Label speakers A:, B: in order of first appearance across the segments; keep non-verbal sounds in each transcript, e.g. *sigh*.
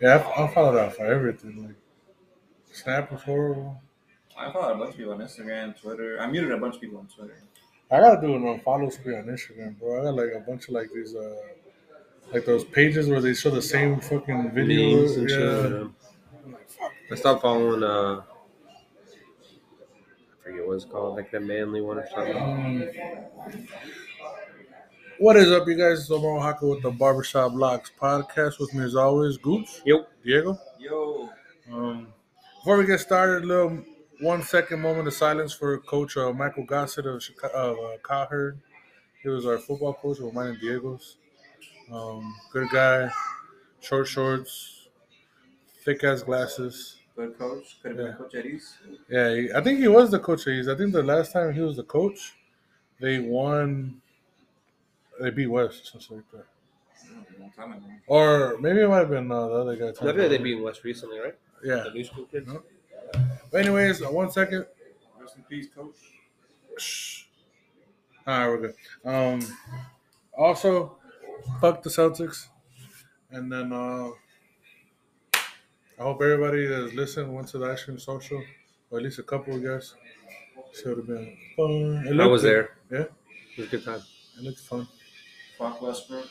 A: Yeah, I, I followed out for everything. Like Snap was horrible.
B: I followed a bunch of people on Instagram, Twitter. I muted a bunch of people on Twitter.
A: I gotta do an unfollow spree on Instagram, bro. I got like a bunch of like these uh like those pages where they show the same fucking
C: Memes
A: videos.
C: and
A: yeah.
C: shit. yeah.
A: I'm like, fuck.
C: I stopped following uh I forget what it's called, like the manly one or something.
A: Um, what is up, you guys? It's Omar Haka with the Barbershop Locks podcast. With me as always, Gooch,
C: Yep.
A: Diego.
B: Yo,
A: Um, before we get started, little one second moment of silence for Coach uh, Michael Gossett of Chicago, uh, Cowherd. He was our football coach of mine and Diego's. Um, good guy, short shorts, thick ass glasses.
B: good coach. Could have
A: Yeah.
B: been Coach Eddie's.
A: Yeah, he, I think he was the coach. of these. I think the last time he was the coach, they won. They beat West, something like that.
B: Long time ago.
A: Or maybe it might have been uh, the other guy.
C: I feel like they beat West recently, right?
A: Yeah.
C: The new school kids.
A: No. But anyways, uh, one second.
B: Rest in peace, coach.
A: Shh. All right, we're good. Um, also, fuck the Celtics. And then uh, I hope everybody that's listened went to the ice cream social, or at least a couple of guys. Should have been fun. It
C: I
A: looked
C: was
A: good.
C: there.
A: Yeah,
C: It was a good time.
A: it looked fun.
B: Fuck Westbrook.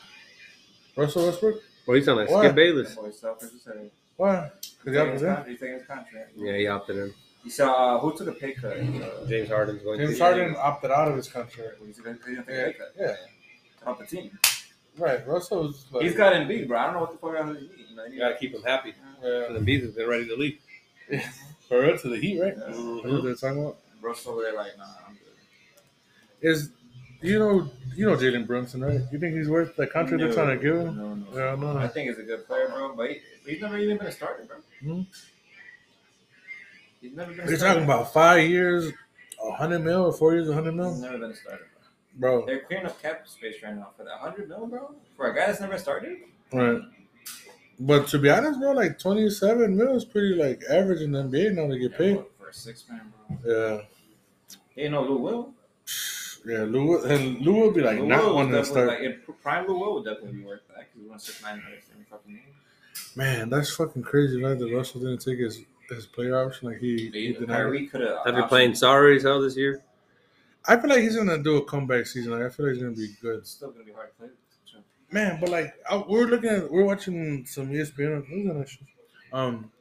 A: Russell Westbrook?
C: Well, he's on like
A: What?
C: Skip
B: That
C: Bayless.
B: boy suffers. He's taking
A: Why? Because y'all
B: his
A: was
B: con-
A: in.
B: he's taking his contract.
C: Yeah, he opted in.
B: You saw uh, who took a pay cut? Uh,
C: James Harden's going
A: James
C: to.
A: Harden opted out of his contract.
B: he's gonna, he's gonna take a
A: Yeah,
B: pay cut.
A: yeah.
B: Top the team.
A: Right. Russell was like,
B: He's got Embiid, bro. I don't know what the fuck else he's eating. Like,
C: You gotta keep him happy.
A: yeah.
C: And the bees they're ready to leave.
A: for real to the Heat, right?
B: Yeah.
A: That's
C: Mm-hmm.
A: what they're talking about.
B: Russ over there, like, nah, I'm good.
A: Is you know you know Jalen Brunson, right? You think he's worth the contract they're
B: No,
A: trying to give him?
B: No, no.
A: Yeah, I know.
B: I think he's a good player, bro. But he, he's never even been a starter, bro.
A: Hmm?
B: He's never been.
A: They're
B: a starter.
A: talking about five years, a hundred mil, or four years, a hundred
B: He's
A: mil,
B: never been a starter.
A: bro.
B: They're clearing up cap space right now for that hundred mil, bro. For a guy that's never started.
A: Right. But to be honest, bro, like twenty-seven mil is pretty like average in the NBA now to get paid.
B: For a six man, bro.
A: Yeah,
B: He ain't no Lou Will.
A: yeah. Lou would- and Lou would be like
B: Lou
A: not
B: Will
A: wanting to
B: definitely,
A: start.
B: Like, if prime Lou Will would definitely be worth that because we want six nine minutes every fucking game.
A: Man, that's fucking crazy, right? That Russell didn't take his his player option. Like he, he
B: Maybe
A: did not.
B: Kyrie uh, could have.
C: I've been playing sorry as hell this year.
A: I feel like he's gonna do a comeback season. Like I feel like he's gonna be good.
B: It's still gonna be hard to play. with him.
A: Man, but like I, we're looking at, we're watching some E ESPN. Who's on that shit? Um,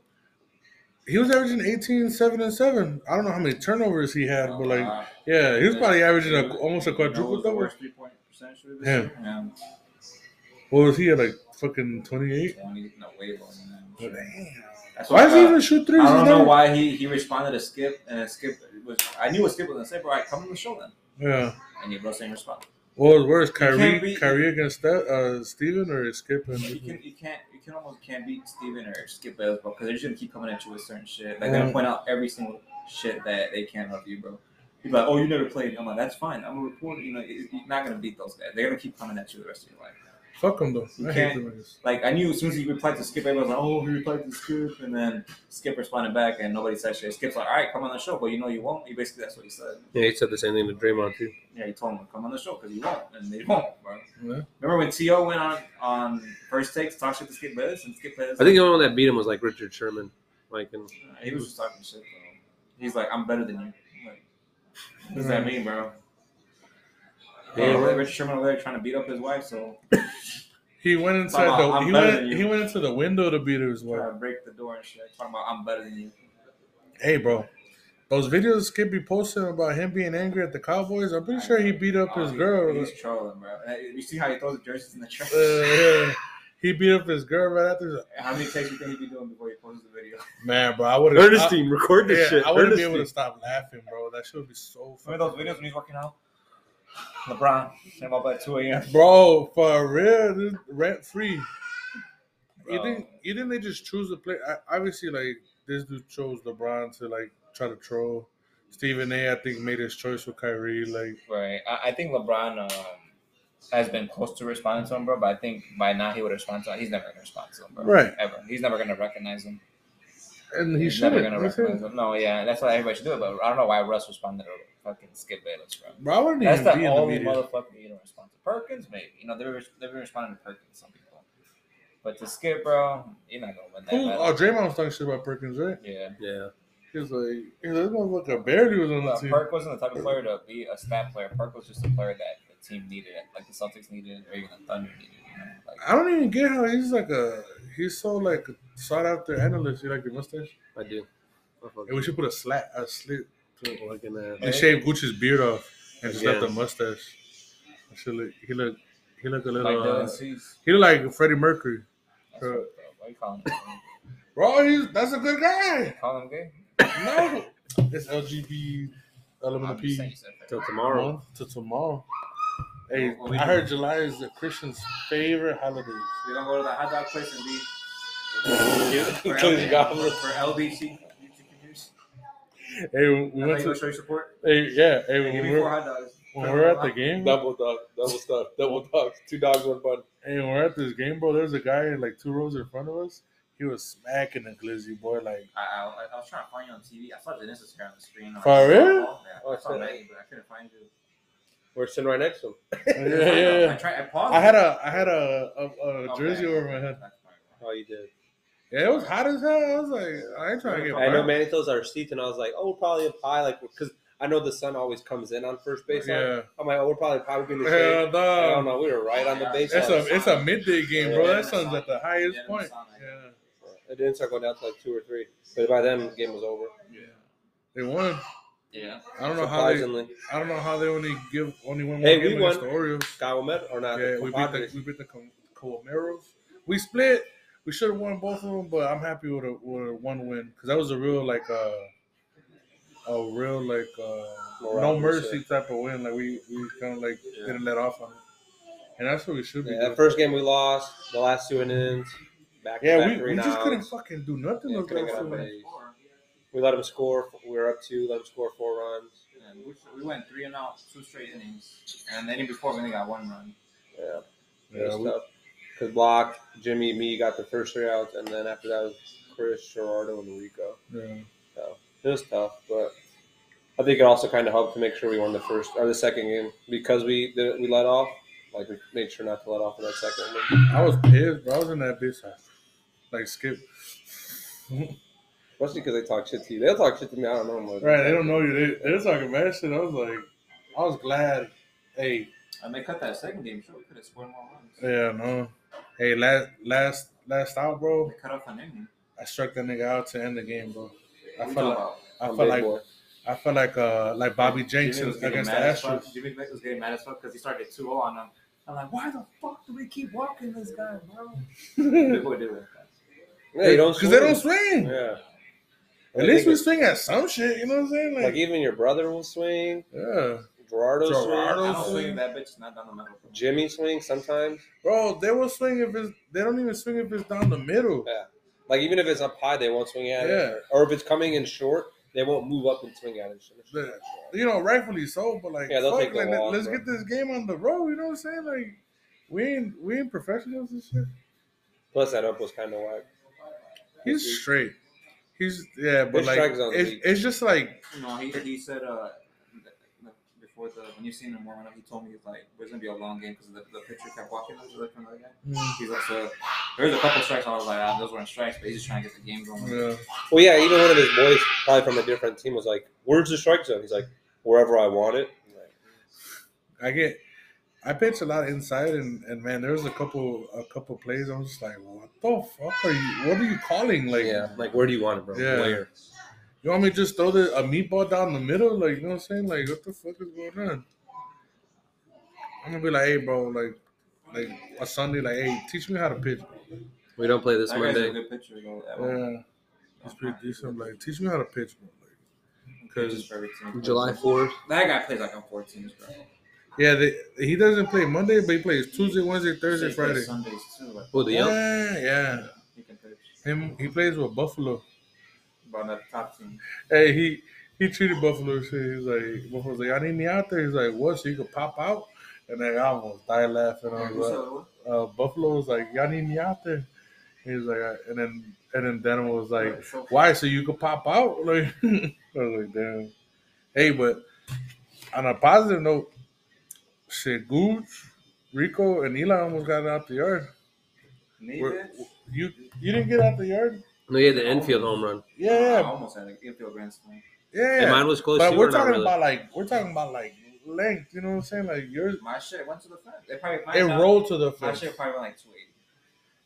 A: he was averaging 18, 7, and seven. I don't know how many turnovers he had, but like,
B: Uh,
A: yeah, he was probably averaging
B: you
A: a,
B: know
A: almost a
B: who's the
A: quadruple double.
B: worst three-point percentage this
A: Yeah.
B: year? Um,
A: What was he at? Like fucking twenty eight.
B: twenty, no way lower than that. I'm sure.
A: Damn.
B: That's
A: Why does he
B: uh,
A: even shoot threes?
B: I don't
A: He's
B: know
A: never-
B: why he, he responded to Skip, and then Skip was. I knew what Skip was gonna say, but I come on the show then,
A: Yeah.
B: and he both didn't respond.
A: What was worse, Kyrie,
B: can't be-
A: Kyrie against that, uh, Steven or Skip? And
B: You can you can't you can almost can't beat Steven or Skip Bayless, bro, because they're just gonna keep coming at you with certain shit. Like they're gonna
A: Yeah.
B: point out every single shit that they can of you, bro. He's like, oh, you never played. I'm like, that's fine. I'm a reporter. You know, it- you're not gonna beat those guys. They're gonna keep coming at you the rest of your life.
A: Fuck him though.
B: You
A: I hate
B: can't-
A: them niggas.
B: Like I knew as soon as he replied to Skip, everyone was like, oh, he replied to Skip, and then Skip responded back, and nobody said shit. Skip's like, all right, come on the show, but you know you won't. He basically that's what he said.
C: Yeah, he said the same thing to Draymond too.
B: Yeah, he told him come on the show because you won't, and they won't, bro.
A: Yeah.
B: Remember when To went on on first takes, talked shit to Skip Bayless, and Skip Bayless.
C: I think the only one that beat him was like Richard Sherman. Like and
B: Nah, He was just talking shit, bro. He's like, I'm better than you. I'm like, what does that mean, bro?
C: Yeah.
B: Yeah, Rich Richard Sherman over there trying to beat up his wife, so
A: He went inside
B: Talking about,
A: the
B: "I'm
A: he
B: better than
A: went,
B: you."
A: he went into the window to beat his wife.
B: trying to break the door and shit. Talking about, I'm better than you.
A: Hey, bro, those videos Skip be posting about him being angry at the Cowboys. I'm pretty sure he beat up
B: Oh,
A: his
B: he-
A: girl.
B: He's trolling, bro. Uh, You see how he throws the jerseys in the trash?
A: Uh, yeah. he beat up his girl right after. He's like,
B: *laughs* how many takes you think he'd be doing before he posts the video? *laughs*
A: Man, bro, I would have.
C: Ernestine, record this
A: Yeah,
C: shit.
A: I wouldn't be able
C: Ernestine.
A: to stop laughing, bro. That shit would be so funny.
B: Remember those videos when he's working out? LeBron, came up at 2 a.m.
A: Bro, for real, this is rent free. You
B: Bro.
A: think you think they just choose to play? I, obviously, like this dude chose LeBron to like try to troll. Stephen A. I think made his choice with Kyrie. Like,
B: Right. I, I think LeBron um, has been close to responding to him, bro. But I think by now he would respond to. He's never gonna respond to him, bro.
A: Right.
B: Ever. He's never gonna recognize him.
A: and he
B: He's never
A: should.
B: gonna recognize him. No, yeah. That's why everybody should do it. But I don't know why Russ responded to fucking Skip Bayless, bro.
A: Bro, I wouldn't
B: That's
A: even
B: the
A: be in the
B: only
A: media.
B: motherfucker you don't respond to. Perkins, maybe. You know, they're they're responding to Perkins. Some people. But But to skip, bro, you're not gonna win that.
A: Who,
B: battle.
A: oh, Draymond was talking shit about Perkins, right?
B: yeah.
C: Yeah.
A: He was like, he was like, this motherfucker barely was on the
B: Look,
A: team.
B: Perk wasn't the type of player to be a stat player. Perk was just a player that the team needed, like the Celtics needed, or even the Thunder needed. You know? like,
A: I don't even get how he's like a he's so like sought after analyst. You like the mustache?
C: I do. I
A: And we should put a slat a slit to it,
C: fucking-
A: like,
C: fucking, uh,
A: and shave Gucci's beard off and just left
C: Yeah.
A: the mustache. I should look, he look he look a
B: like
A: little uh,
B: Dylan Cease.
A: he look like Freddie Mercury.
B: That's what, the- why you calling him?
A: Bro, he's that's a good guy.
B: *laughs* Call him gay?
A: No, it's LGB
B: I'm just saying you
A: LMNP.
B: said that.
C: Till tomorrow.
A: Month to tomorrow. Hey,
B: Well, we
A: I heard July is the Christian's favorite holiday.
B: We don't go to the hot dog place and be. For,
A: Close your
B: LB,
A: goblin.
B: for LBC.
A: Hey, we
B: We
A: went
B: to
A: to,
B: show your support.
A: hey, yeah, hey,
B: Hey,
A: when
B: give me
A: we
B: four
A: were,
B: hot dogs.
A: when we were at the game,
D: Double dog, double stuff, double dogs, two dogs, one bun.
A: And we're at this game, bro. There's a guy like two rows in front of us. He was smacking a glizzy boy.
C: *laughs*
A: Like,
B: I, I, I was trying to find you on TV. I saw Dennis' hair on the screen.
A: For
B: I saw
A: real?
B: all that.
D: Oh,
B: I saw
D: shit.
B: Maggie, but I couldn't find you.
C: We're sitting right next to him.
A: yeah, yeah,
B: I
A: yeah.
B: tried. I paused.
A: I had a I had a, a, a
B: Okay.
A: jersey over my head.
C: Oh, you did.
A: Yeah, it was hot as hell. I was like, I ain't trying to get.
C: I know
A: burned.
C: Manny throws our seats, and I was like, oh, we're probably up high, like because I know the sun always comes in on first baseline.
A: Yeah,
C: I'm like, oh, we're probably probably gonna be in the shade.
A: hell
C: I don't
A: no.
C: know. We were right on the baseline.
A: It's a it's a midday game, bro. That sun's at the highest
B: Yeah,
A: point.
B: it's not.
A: Yeah,
C: It didn't start going down to like two or three, but by then the game was over.
A: they won.
B: Yeah.
A: I don't know how they
C: Surprisingly,
A: I don't know how they only give only one more
C: Hey, we
A: game against the
C: won.
A: Orioles.
C: Calumet or not?
A: Yeah, we beat the
C: Compadres.
A: we beat the Com- Comeros. We split. We should have won both of them, but I'm happy with a with a one win because that was a real like uh, a real like uh,
C: Morale
A: no
C: booster.
A: mercy type of win. Like we we kind of like
C: Yeah.
A: didn't let off on it, and that's what we should be.
C: Yeah,
A: doing.
C: that first game we lost. The last two innings, back
A: yeah,
C: back
A: we,
C: three
A: we just
C: outs.
A: couldn't fucking do nothing.
C: Yeah,
A: with
C: couldn't
A: those
C: get up
A: two.
C: there. We let them score. We were up two. Let them score four runs.
B: And we, we went three and out, two straight innings, and the inning before we only got one run.
C: Yeah,
A: Yeah, we-
C: Because Block, Jimmy, me got the first three outs, and then after that was Chris, Gerardo, and Rico.
A: yeah.
C: It was tough, but I think it also kind of helped to make sure we won the first or the second game because we did, we let off. Like we made sure not to let off in that second one.
A: I was pissed, bro. I was in that bitch like, like skip. *laughs*
C: Mostly because they talk shit to you. They'll talk shit to me. I don't know. More
A: Right, they don't know you. They, they're talking bad shit. I was like, I was glad. Hey,
B: And they cut that second game short. We could have scored more runs.
A: Yeah, no. Hey, last last last out, bro.
B: They cut off an inning.
A: I struck that nigga out to end the game, bro. I
B: We
A: felt
B: know
A: like-
B: about-
A: I
C: I'm
A: felt
C: big
A: like
C: boy.
A: I felt like uh like Bobby
B: Jimmy was
A: Jenkins
B: getting
A: against the
B: mad as fuck.
A: Astros.
B: Jimmy Blake was getting mad as fuck because he started 2 0 on them. I'm like, why the fuck do we keep walking this guy, bro?
C: *laughs*
B: Big boy did walk us.
C: Yeah, you don't
A: *laughs* Cause they don't
C: swing.
A: swing.
C: Yeah.
A: At
C: I
A: least
C: think
A: we
C: it's-
A: swing at some shit. You know what I'm saying? Like,
C: like even your brother will swing.
A: yeah,
C: Gerardo,
A: Gerardo.
C: swing.
B: I
A: don't
B: don't
A: swing.
B: swing that bitch, not down the middle.
C: Jimmy swing sometimes.
A: bro. They will swing if it's. They don't even swing if it's down the middle.
C: Like even if it's up high, they won't swing at
A: Yeah.
C: it. Or if it's coming in short, they won't move up and swing at it.
A: The- You know, rightfully so. But like,
C: Yeah, they'll
A: fuck,
C: take the
A: like, let-
C: loss,
A: let's
C: bro.
A: get this game on the road. You know what I'm saying? Like, we ain't we ain't professionals and shit.
C: Plus that up was kind of whack.
A: He's straight. He's yeah, but
C: His
A: like
C: strike zone's
A: it's,
C: weak.
A: it's just like
B: You know, he, he said uh, th- th- before the when you seen him warming up, he told me it's like there's gonna be a long game because the, the pitcher kept walking up to the from the other guy. He's like, so there's a couple strikes. I was like, ah, those weren't strikes, but he's just trying to get the game going.
A: yeah.
C: Well, yeah, even one of his boys, probably from a different team, was like, "Where's the strike zone?" He's like, "Wherever I want it." I'm like,
A: I get I pitch a lot inside and, and man, there was a couple a couple plays I was just like, What the fuck are you what are you calling? Like
C: yeah, like where do you want it, bro?
A: Yeah.
C: Where?
A: you want me to just throw the a meatball down the middle? Like you know what I'm saying? Like what the fuck is going on? I'm gonna be like, hey bro, like like a Sunday, like, hey, teach me how to pitch.
C: We don't play this
B: That guy's a good pitcher though. That one.
A: Yeah. It's pretty decent. Like, teach me how to pitch, bro. Like,
B: Pitches for every team.
C: fourth.
B: That guy plays like on four teams, bro.
A: yeah, they, he doesn't play Monday, but he plays Tuesday, Wednesday, Thursday,
B: He plays
A: Friday.
B: Sundays too. Like,
C: Oh, the young.
A: Yeah, yeah.
B: he can pitch.
A: Him, he plays with Buffalo.
B: But on the top team,
A: Hey, he he treated Buffalo shit. He's like, Buffalo's like, I need me out there. He's like, what? So you could pop out? And then I almost died laughing. I
B: Who
A: was
B: said
A: like,
B: what?
A: uh, Buffalo was like, y'all need me out there. He's like, "I-" and then and then Denver was like,
B: So-
A: why? So you could pop out? *laughs* Like, I was like, damn. Hey, but on a positive note, shit, Gooch, Rico, and Eli almost got out the yard.
B: Knee
A: We're-
B: bitch?
A: You you didn't get out the yard?
C: No, he had the Enfield home run.
A: Yeah,
B: I
A: yeah,
B: almost had an infield grand slam.
A: yeah.
C: And mine was close.
A: but
C: too,
A: we're
C: or not
A: talking
C: really?
A: about like we're talking about like length. You know what I'm saying? Like yours,
B: My shit went to the fence. They probably
A: it
B: mine-
A: rolled to the
B: My
A: fence.
B: shit probably went like two eighty.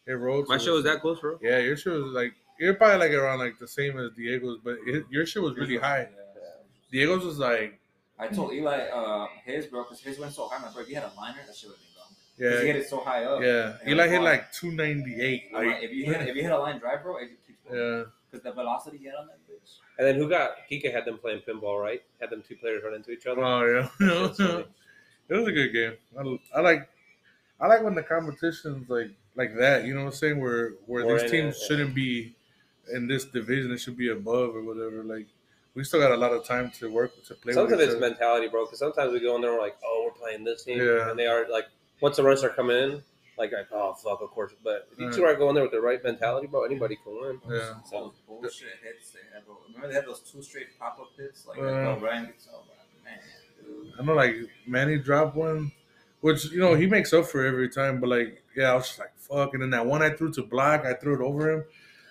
A: It rolled.
C: my
A: to
C: show
A: the
C: was that close, bro.
A: Yeah, your shit was like you're probably like around like the same as Diego's, but it, your shit was really high. Diego's was like
B: I told Eli uh, his bro because his went so high. My bro, if he had a liner, that shit would have been gone. 'Cause he
A: yeah
B: hit it so high up.
A: yeah.
B: and it
A: Eli
B: was
A: hit
B: gone.
A: like two ninety eight.
B: I'm like,
A: Like
B: if you hit if you hit a line drive, bro, it keeps going.
A: yeah,
B: Because the velocity you get on that bitch.
C: And then who got Kika had them playing pinball, right? Had them two players run into each other.
A: oh *laughs*
C: That shit's
A: yeah.
C: funny.
A: It was a good game. I, I like, I like when the competitions like like that. You know what I'm saying? Where where
C: We're
A: these
C: in
A: teams
C: it, yeah.
A: shouldn't be in this division. It should be above or whatever. Like we still got a lot of time to work to play.
C: Some
A: with
C: of
A: each
C: it's
A: other.
C: mentality, bro. Because sometimes we go in there, we're like, "Oh, we're playing this team,"
A: Yeah.
C: and they are like, once the runners are coming in, like, like, "Oh, fuck, of course." But if you
A: Mm.
C: two are going there with the right mentality, bro, anybody can win.
A: Yeah.
B: Those bullshit hits they had, bro. Remember they had those two straight pop up hits like
A: Uh.
B: uh, Ryan gets oh, man. dude.
A: I know, like Manny dropped one, which you know he makes up for every time. But like, yeah, I was just like, fuck. And then that one I threw to block, I threw it over him.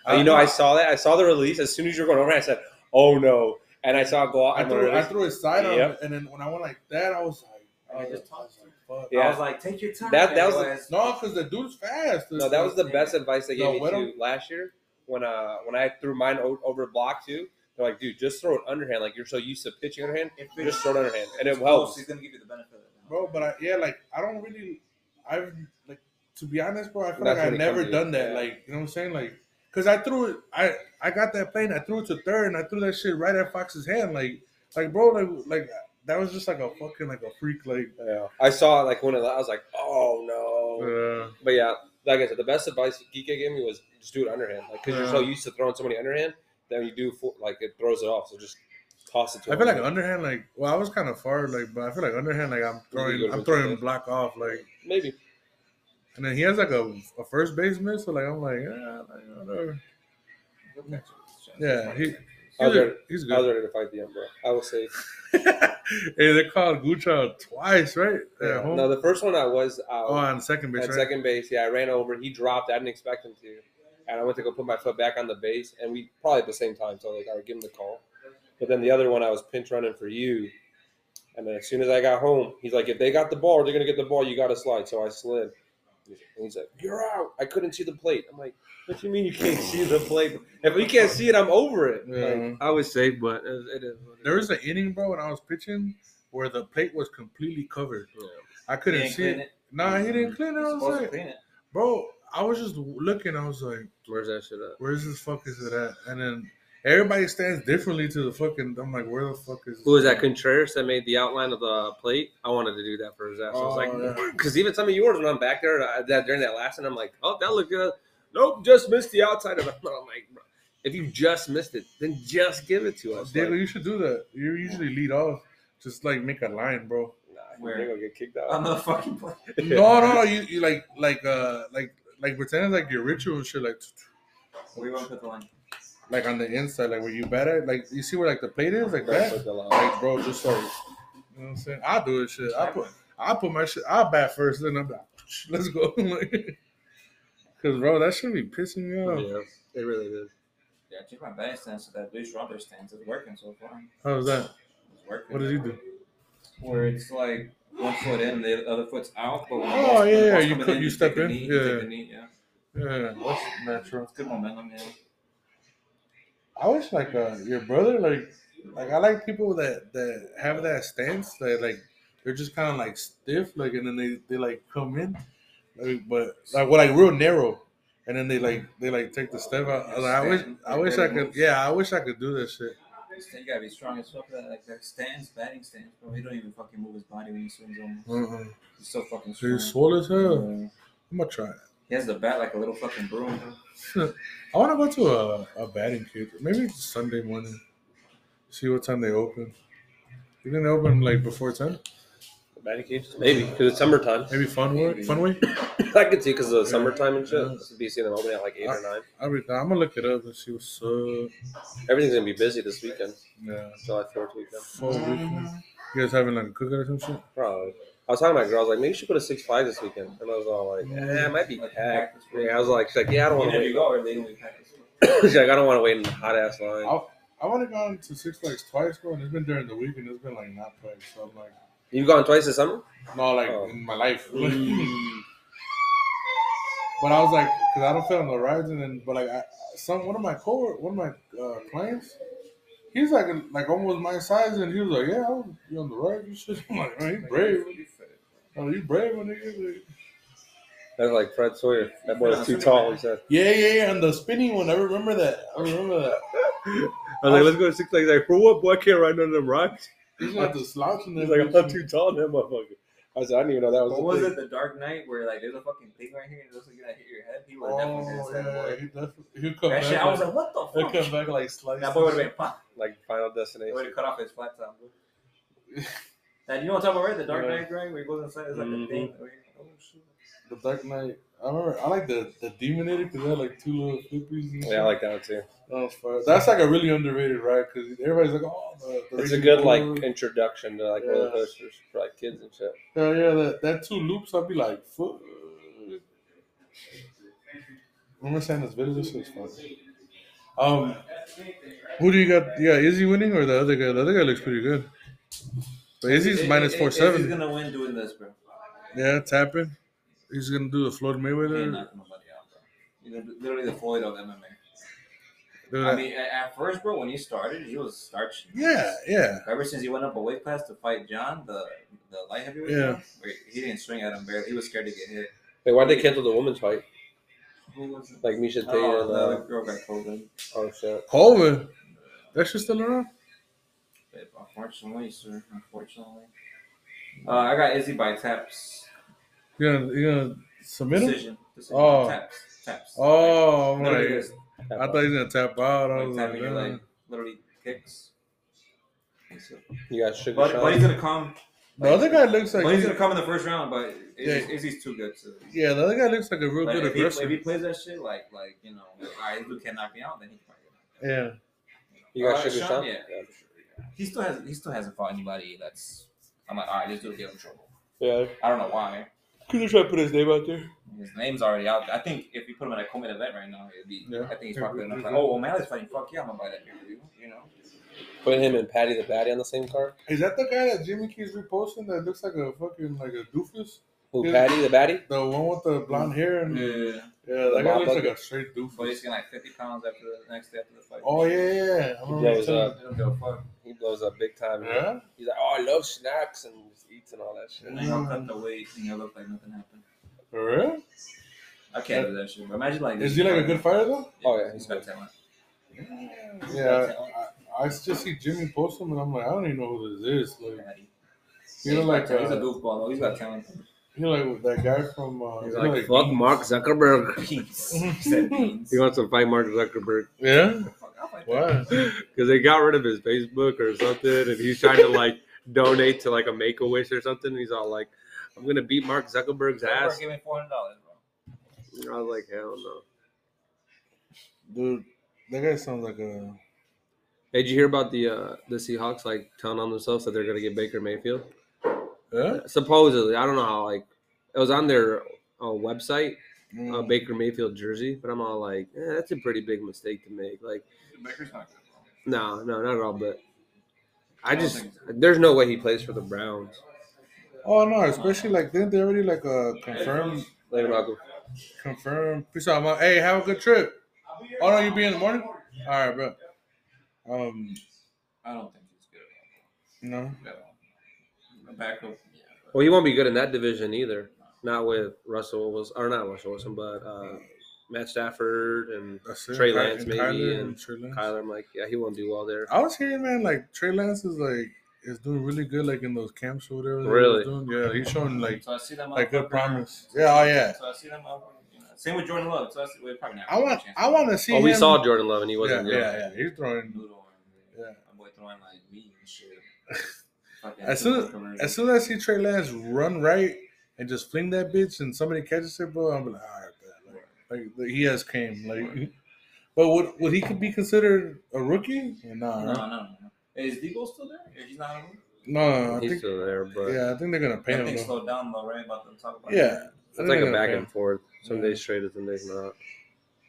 C: And Uh, you know, I saw that. I saw the release as soon as you were going over. I said, "Oh no!" And I saw it go out.
A: I
C: and the
A: threw, I
C: release.
A: threw it side on him,
C: Yep.
A: and then when I went like that, I was like,
B: I
A: I was,
B: just
A: I was
B: tossed
A: like, fuck.
C: Yeah.
B: I was like, take your time.
C: That- that was the-
B: Otherwise-
A: No, because the dude's fast.
C: No, that was the best advice they gave
A: No,
C: me
A: what
C: too last year when uh when I threw mine o- over block too. They're like, "Dude, just throw it underhand. Like you're so used to pitching underhand,
B: if
C: just
B: it's-
C: throw it underhand, and
B: if it's
C: it
B: close,
C: helps."
B: He's gonna give you the benefit of the doubt.
A: bro. But I, yeah, like I don't really, I've like to be honest, bro. I feel like
C: That's
A: I've
C: when it
A: never
C: comes to-
A: done that.
C: yeah.
A: Like you know what I'm saying? Like because I threw it, I I got that plane. I threw it to third, and I threw that shit right at Fox's hand. Like like bro, like like that was just like a fucking like a freak. Like
C: Yeah, I saw it like when it, I was like, "Oh no!"
A: uh,
C: But yeah, like I said, the best advice Geeka gave me was just do it underhand, like because you're so used to throwing so many underhand that when you do full, like it throws it off. So just toss it to.
A: I
C: him.
A: feel like underhand. Like well, I was kind of far. Like but I feel like underhand. Like I'm
C: good
A: throwing, I'm
C: with
A: throwing
C: that.
A: block off. Like
C: maybe
A: and then he has like a, a first baseman. So like I'm like yeah, like, whatever.
B: He'll catch it.
A: Yeah, he-
C: I
A: He's,
C: was
A: a,
C: ready-
A: he's
C: I was
A: good.
C: ready to fight the Emperor. I will say,
A: *laughs* hey, they called Gucha twice, right? At home?
C: no, the first one I was out.
A: oh, on second base,
C: at
A: right?
C: second base. Yeah, I ran over. He dropped. I didn't expect him to. And I went to go put my foot back on the base, and we probably at the same time. So like, I would give him the call. But then the other one, I was pinch running for you. And then as soon as I got home, he's like, "If they got the ball, they're gonna get the ball. You gotta slide." So I slid. And he's like, "You're out." I couldn't see the plate. I'm like, "What you mean you can't see the plate? If we can't see it, I'm over it."
A: Yeah.
C: Like, I was safe, but it, it is. what it
A: There
C: is.
A: was an inning, bro, when I was pitching where the plate was completely covered. I couldn't see it. Nah, he didn't clean it. I was
B: Mm-hmm. supposed to
A: like,
B: clean it.
A: bro, I was just looking. I was like,
C: Where's that shit at?
A: where's this fuck is it at? And then everybody stands differently to the fucking. I'm like, where the fuck is?
C: Who was that? Contreras that made the outline of the plate. I wanted to do that for his ass. I was
A: Oh, yeah.
C: like, because even some of yours when I'm back there I, that during that last, and I'm like, oh, that looked good. Nope, just missed the outside of it. *laughs* I'm like, bro, if you just missed it, then just give it to us.
A: Diego,
C: Like,
A: you should do that. You usually lead off. Just like make a line, bro.
C: nah,
B: Where?
C: you're gonna get kicked out.
B: On the fucking play.
A: No, no, you, you like like uh like like pretend it's like your ritual and shit, like
B: We won't put the line.
A: like on the inside, like where you bat at, like you see where like the plate is, like
C: Right,
A: that.
C: but the line.
A: Like, bro, just like, you know what I'm saying? I'll do it, shit. I'll put, I'll put my shit, I'll bat first, then I'm like, *laughs* let's go. Because, bro, that should be pissing me off.
C: Yeah, it really did.
B: Yeah, I changed my batting stance to that Luis Robert stance. It's working so far.
A: How's that?
B: It's working.
A: What did he do?
B: Where it's like one foot in, the other foot's out. But when the
A: Oh,
B: ball's- when the
A: yeah, yeah,
B: ball's
A: you
B: coming
A: cut- you
B: take
A: step
B: the
A: in,
B: knee, you take
A: yeah.
B: the knee, yeah.
A: Yeah.
B: What's natural? It's good momentum, yeah.
A: I wish, like, uh, your brother, like, like I like people that that have that stance that like they're just kind of like stiff, like, and then they they like come in, like, but like well, like real narrow, and then they like they like take the step out. I, was like, I wish I wish I could, yeah, I wish I could do that shit.
B: You gotta be strong as fuck. for That like that stance, batting stance, bro. He don't even fucking move his body when he swings on.
A: Uh-uh.
B: He's so fucking strong.
A: He's swole as hell.
B: Yeah.
A: I'm gonna try it.
B: He has the bat like a little fucking broom.
A: *laughs* I want to go to a, a batting cage. Maybe it's Sunday morning. See what time they open. You think they open like before ten?
C: The batting cage, maybe because it's summertime.
A: Maybe fun way.
B: Maybe.
A: Fun way.
C: *laughs* I could see because of the
A: Yeah.
C: summertime and shit.
A: Yeah.
C: This would Be seeing them opening at like eight or nine.
A: I'll be, I'm gonna look it up and see what's up.
C: Everything's gonna be busy this weekend,
A: Yeah.
C: July Fourth weekend.
A: Mm-hmm. Full weekend. You guys having like a cookout or some shit?
C: Probably. I I was talking about girls like maybe you should go to Six Flags this weekend, and I was all like, yeah, it might be
B: Like,
C: packed.
B: practice
C: Yeah, I was like, she's like, yeah, I don't want to
B: Either you
C: wait. *laughs*
B: go or they don't practice.
C: she's like, I don't want to wait in the hot ass line.
A: I've only gone to Six Flags twice, bro, and it's been during the week, and it's been like not packed. So I'm like,
C: You've gone twice this summer.
A: no, like
C: Oh.
A: in my life. *laughs* But I was like, because I don't feel on the rides, and then, but like, I, some one of my co one of my uh, clients, he's like like almost my size, and he was like, yeah, I'll be on the rides and shit. *laughs* I'm like, man, you brave, oh, you brave, my nigga. Like,
C: That's like Fred Sawyer. That boy was too tall. He said.
A: yeah, yeah, yeah, and the spinning one, I remember that. I remember that.
C: I was like, let's go to Six Flags. He's Like, for what? Boy, I can't ride none of them rocks.
A: He's got the slouch in
C: He's
A: there.
C: like, I'm not too tall, that motherfucker. I said, I didn't even know that was.
B: What
C: a
B: was
C: thing.
B: it? The Dark Knight, where like there's a fucking thing right here, and it's just gonna hit your head. He would definitely
A: Oh,
B: hit that
A: yeah,
B: boy.
A: he definitely, he'll come
B: That
A: back.
B: shit, I was
A: like,
B: like, what
A: he'll
B: the
A: come
B: fuck?
A: back like sliced.
B: That boy would have been pop.
C: Like Final
B: They would
C: Destination.
B: have cut off his flat
A: *laughs*
B: top. Bro. That you know what I'm talking about, right? The Dark
A: Yeah. Mm-hmm.
B: Knight, right? Where he goes inside, it's like a thing. where he- Oh shit.
A: The Dark Knight. I remember. I like the the Demonator because they had like two little flippies. And shit.
C: Yeah, I like that one too.
A: That was fun. That's like a really underrated ride because everybody's like, oh, the, the
C: It's a
A: Raging
C: good like
A: Bull.
C: introduction to like
A: Yeah.
C: roller coasters for like kids and shit.
A: Hell yeah, that, that two loops, I'd be like, fuck. Remember Santa's Village? This shit's fun. Um, who do you got? Yeah, Izzy winning or the other guy? The other guy looks pretty good. But Izzy's
B: It- it-
A: minus
B: it-
A: four
B: He's
A: seven.
B: gonna win doing this, bro.
A: Yeah, it's happened. He's gonna do the Floyd
B: He ain't
A: Mayweather.
B: knocking nobody out, bro. He's gonna be literally the Floyd of MMA.
A: Do
B: I
A: that.
B: mean, at, at first, bro, when he started, he was starching.
A: Yeah, yeah.
B: Ever since he went up a weight class to fight John, the the light heavyweight,
A: Yeah.
B: John, where he didn't swing at him barely. He was scared to get hit.
C: Like, why'd they cancel the women's fight?
B: Who was it?
C: Like Misha Tate
B: Oh,
C: and
B: the
C: uh,
B: other girl got COVID.
C: oh shit.
A: Colvin, that shit's still around.
B: Babe, Unfortunately, sir. Unfortunately. Uh, I got Izzy by taps.
A: You gonna you gonna submit him?
B: Decision. Decision.
A: Oh.
B: Taps. Taps.
A: Oh, I'm
B: Like, literally
A: like,
B: just,
A: I thought he's gonna tap out. I
B: like,
A: was like,
B: tapping your leg.
A: nah.
B: Literally kicks. That's it.
C: you got sugar.
B: But,
C: Sean.
B: but he's gonna come.
A: the other guy looks like
B: But he's gonna come in the first round. But Izzy's,
A: Yeah.
B: Izzy's too good to.
A: yeah, the other guy looks like a real
B: Like,
A: good
B: if, he, if he
A: aggressor.
B: plays that shit, like like you know, like, all right, Luke can knock me out, then he can probably. get knocked out.
A: Yeah,
C: you got
B: uh,
C: sugar.
B: Sean,
C: Sean?
B: yeah.
C: yeah.
B: He still has he still hasn't fought anybody that's. I'm like, all right, this dude get in trouble.
C: Yeah.
B: I don't know why.
C: Could have tried to put his name out there.
B: His name's already out. there. I think if you put him in a co-main event right now, it'd be.
A: Yeah.
B: I think he's probably enough. Like, oh, O'Malley's fighting. Fuck yeah, I'm gonna buy that pay per view. You know.
C: Put him and Patty the Batty on the same card.
A: is that the guy that Jimmy keeps reposting that looks like a fucking like a doofus?
C: Who
A: Yeah.
C: Patty the Batty?
A: The one with the blonde hair and yeah,
B: Yeah.
A: that guy
C: Bob
A: looks like
C: Bucket.
A: a straight
B: But he's
A: doofus.
B: getting like 50 pounds after the next day after the fight.
A: Oh yeah, yeah, yeah. I remember
C: blows
A: seeing-
C: up.
B: They don't give a fuck.
C: He blows up big time.
A: Yeah,
C: He's like, oh, I love snacks and just eats and all that shit.
B: And they all cut the weight and you look like nothing happened.
A: for real?
B: I can't do that shit. But imagine like.
A: Is he like a good fighter though?
C: Oh, yeah,
B: he's
C: he's
B: got talent.
A: Yeah, I, I just see Jimmy post him and I'm like, I don't even know who this is. Like, you know, like
B: he's a
A: uh,
B: goofball though. He's got talent. *laughs*
A: you know, like that guy from uh, you know, like-
C: Mark
B: *laughs*
C: Zuckerberg.
B: Beans. He said beans.
C: He wants to fight Mark Zuckerberg
A: yeah,
B: Fuck, I'll fight that.
A: why?
C: because they got rid of his Facebook or something, and he's trying *laughs* to like donate to like a Make a Wish or something. he's all like, "I'm gonna beat Mark Zuckerberg's
B: Zuckerberg
C: ass."
B: gave me four hundred dollars, bro.
C: I was like, "Hell no!"
A: Dude, that guy sounds like a
C: Hey, did you hear about the uh, the Seahawks like telling on themselves that they're gonna get Baker Mayfield?
A: yeah.
C: Supposedly, I don't know how. Like, it was on their uh, website, a
A: Mm.
C: Baker Mayfield jersey, but I'm all like, eh, "That's a pretty big mistake to make." Like,
B: Baker's not good, bro.
C: no, no, not at all. But I
B: I don't
C: just
B: think so.
C: there's no way he plays for the Browns.
A: Oh no, especially like didn't they already like uh confirm
C: Later, Malcolm.
A: confirm peace out man. Hey, have a good trip. Oh no, you be in the morning? Alright, bro. Um
B: I don't think he's good
A: no.
B: at all. The backup, yeah. but-
A: Oh,
C: Well, he won't be good in that division either. Not with Russell Wilson, or not Russell Wilson, but uh, Matt Stafford and
A: That's it.
C: Trey
A: Ky-
C: Lance, maybe,
A: Kyler
C: and
A: Trey Lance.
C: Kyler. I'm like, yeah, he won't do well there.
A: I was hearing man like Trey Lance is like is doing really good like in those camps or whatever. that he
C: Really?
A: was doing. Yeah, he's showing like
B: so I see them
A: like good promise. Yeah, oh yeah.
B: So I see them up. You know, same with Jordan Love. So I see, we're probably not.
A: I want I wanna see
C: Oh, we
A: him-
C: saw Jordan Love, and he
A: yeah,
C: wasn't
A: yeah,
C: good.
A: yeah, He's throwing
B: Noodle and
A: Yeah.
B: my boy throwing like meat
A: *laughs*
B: and shit. Fucking
A: As soon-
B: Zuckerberg.
A: as soon as I see Trey Lance run right and just fling that bitch and somebody catches it, bro, I'm like, all right, man. Like, like, like, he has came. Like, but would would he could be considered a rookie? Nah,
B: No,
A: right?
B: no, no. Is Debo still there? If he's not on the move?
A: No, no, I
C: He's
A: think.
C: still there, but
A: Yeah, I think they're gonna pay
B: That
A: him.
B: thing
A: though.
B: slowed down though, right? About the top about
A: Yeah,
B: that.
A: I
C: it's
A: think
C: like
A: they're
C: a
A: gonna
C: back
A: pay
C: and
A: him.
C: forth. Some
A: Yeah.
C: days straight, and some days not.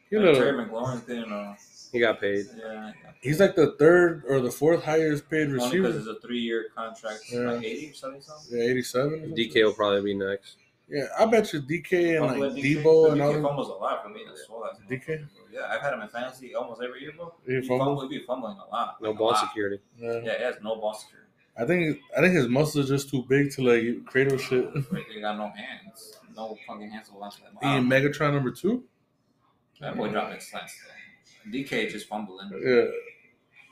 A: He
B: Like,
A: little-
B: Terry McLaurin didn't. Uh,
C: He got paid.
B: yeah,
A: he's like the third or the fourth highest paid
B: only because
A: receiver.
B: it's a three-year contract,
A: Yeah.
B: like eighty or something. something.
A: Yeah, eighty-seven.
C: DK will probably be next.
A: Yeah, I bet you DK and
B: Buffalo
A: like
B: DK
A: Debo and
B: DK
A: all them.
B: fumbles a lot for me. That's all I see.
A: DK?
B: Yeah, I've had him in fantasy almost every year, bro.
A: He
B: He
A: fumbles?
B: fumble, he'd be fumbling a lot.
C: No
B: like, a
C: ball
B: lot.
C: security.
A: Yeah.
B: Yeah, he has no ball security.
A: I think I think his muscles are just too big to like cradle shit.
B: Like, he got no hands. No fucking hands to launch that
A: He
B: ball.
A: in Megatron number two.
B: That boy dropping slants. though. DK just fumbling.
A: Yeah,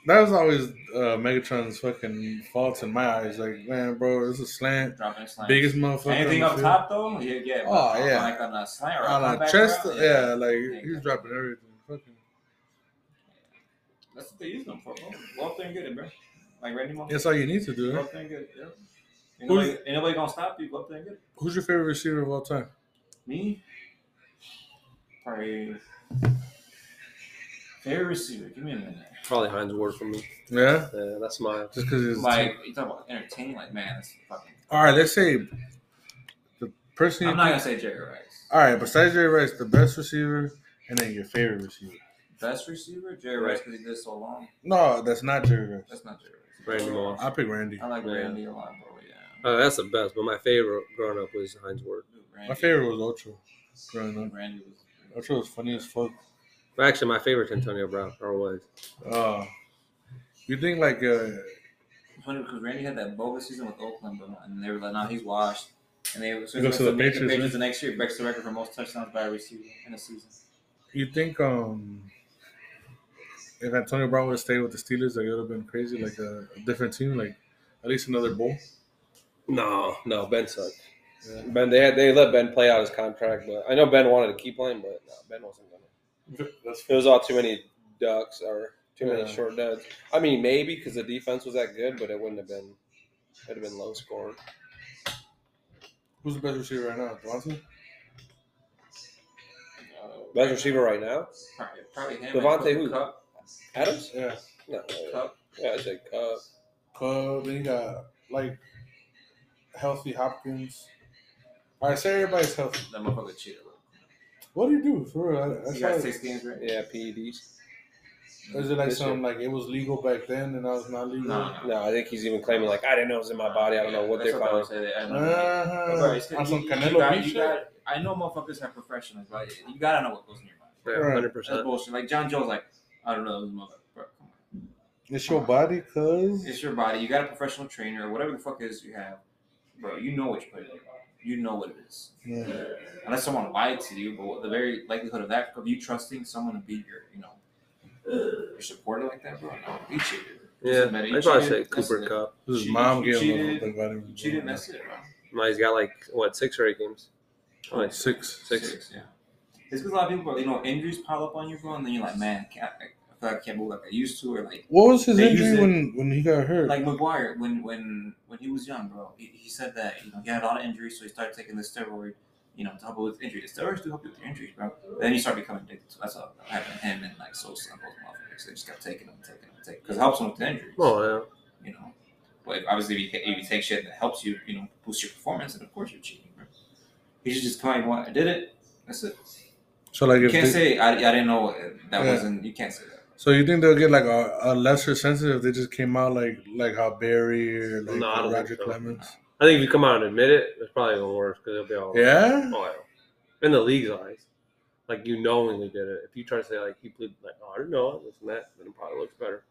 A: that was always uh, Megatron's fucking faults in my eyes. Like, man, bro, this is slant,
B: Dropping slants.
A: biggest motherfucker.
B: Anything
A: on
B: up
A: the
B: top though? Yeah, yeah. but
A: Oh, yeah.
B: Like on a slant or
A: field.
B: a
A: on a
B: comeback
A: chest.
B: route,
A: yeah. like he's dropping everything. Fucking.
B: That's what they use them for. Bro. Go up there and get it, bro. Like Randy Moss.
A: That's all you need to do. eh?
B: Go
A: Right?
B: up there and get it. Yeah.
A: Who's-
B: Ain't nobody, ain't nobody gonna stop you. Go up there and get it.
A: Who's your favorite receiver of all time?
B: Me? Probably. Favorite receiver. Give me a minute.
C: Probably Heinz Ward for me.
A: Yeah,
C: Yeah, that's my.
A: just because he's
B: Like you talk about entertaining, like man, that's fucking.
A: all right. Let's say the person. You
B: I'm not gonna say Jerry Rice.
A: all right, besides Jerry Rice, the best receiver, and then your favorite receiver.
B: Best receiver, Jerry Rice, because he did so long.
A: No, that's not Jerry Rice.
B: That's not Jerry Rice.
C: Randy Moss.
A: I pick Randy.
B: I like
C: Yeah.
B: Randy a lot, bro. Yeah.
C: Oh, that's the best. But my favorite growing up was Heinz Ward.
B: Dude, Randy,
A: My favorite was Ultra growing up.
B: Randy was.
A: Ultra was funny as fuck.
C: But actually, my favorite Antonio Brown or was.
A: Uh, you think like uh,
B: It's funny because Randy had that bogus season with Oakland, bro, and they were like, "Nah, he's washed." And they so
A: He goes to the Patriots,
B: Patriots
A: right?
B: the next year breaks the record for most touchdowns by a receiver in a season.
A: you think um, if Antonio Brown would have stayed with the Steelers, like, it would have been crazy, like a, a different team, like at least another bowl.
C: No, no, Ben sucked.
A: Yeah.
C: Ben, they had, they let Ben play out his contract, but I know Ben wanted to keep playing, but no, Ben wasn't gonna.
A: That's
C: It was all too many ducks or too
A: Yeah.
C: many short duds. I mean, maybe because the defense was that good, but it wouldn't have been. It'd have been low scoring.
A: who's the best receiver right now, Devontae?
C: Best receiver right now,
B: Probably, probably him.
C: Devontae
B: and
C: who?
B: Cup,
C: Adams.
A: Yeah,
C: No, yeah,
B: Cup.
C: yeah, I said Cup.
A: Cub. Then you got like healthy Hopkins. All right, say everybody's healthy.
B: That motherfucker cheated. bro.
A: What do you do for real? I, I
B: He
A: saw
B: got
A: it.
B: six games, right?
C: Yeah, E PEDs.
A: Is it like
C: This year.
A: something like it was legal back then and now it's not legal?
B: No, no.
C: No, I think he's even claiming like I didn't know it was in my body. I don't know what
B: That's
C: they're
B: I
C: calling.
B: would say. I don't know.
A: Uh-huh.
B: Bro, it's-
A: On some
B: you- you
A: Canelo
B: got-
A: Beach
B: you
A: shit?
B: got- I know motherfuckers are professionals, but you gotta know what goes in your body.
C: Yeah,
B: That's
C: hundred percent.
B: bullshit. Like John Joe's like, I don't know, it was motherfucker. Bro, come on.
A: It's your body,
C: Mm.
A: cuz.
B: It's your body. You got a professional trainer, whatever the fuck it is you have, bro. You know what you put in. your body. You know what it is.
A: Yeah.
B: Unless someone lied to you, but the very likelihood of that, of you trusting someone to be your, you know, your supporter like that, bro. No, he cheated.
C: Yeah,
B: Doesn't matter. You
C: I'd probably say
B: cheated. That's
C: Cooper
B: it.
C: Cup.
A: His
B: Cheated,
A: mom
B: you
A: gave him a
B: cheated,
A: little bit vitamin.
B: You cheated, and that's it, bro.
C: No, he's got like what six or eight games. Oh, Like
A: Six.
C: Six.
B: yeah. It's because a lot of people, you know, injuries pile up on you, bro, and then you're like, man, I, can't, I feel like I can't move like I used to, or like,
A: What was his
B: They use
A: injury
B: it-
A: when, when he got hurt?
B: like McGuire when when when he was young, bro. He, he said that you know he had a lot of injuries, so he started taking this steroid, you know, to help with injuries. Steroids do help you with your injuries, bro. then you start becoming addicted. So that's what happened to him and like Sosa and both motherfuckers. They just kept taking them, taking them, taking because it helps them with the injuries,
C: Oh
B: you know. But obviously, if you, if you take shit that helps you, you know, boost your performance, and of course you're cheating, bro. You should just come out and want, I did it. That's it.
A: so like
B: You
A: if
B: can't
A: they,
B: say I, I didn't know uh, that
A: Yeah.
B: wasn't. You can't say that.
A: so you think they'll get like a, a lesser sensitive if they just came out like like how Barry or like
C: No, I don't
A: Roger
C: think so.
A: Clemens?
C: yeah. I think if you come out and admit it, it's probably gonna work because it'll be all
A: Yeah?
C: Oh, yeah. In the league's eyes, like you knowingly did it. If you try to say like you plead like oh I don't know it, this and that, then it probably looks better.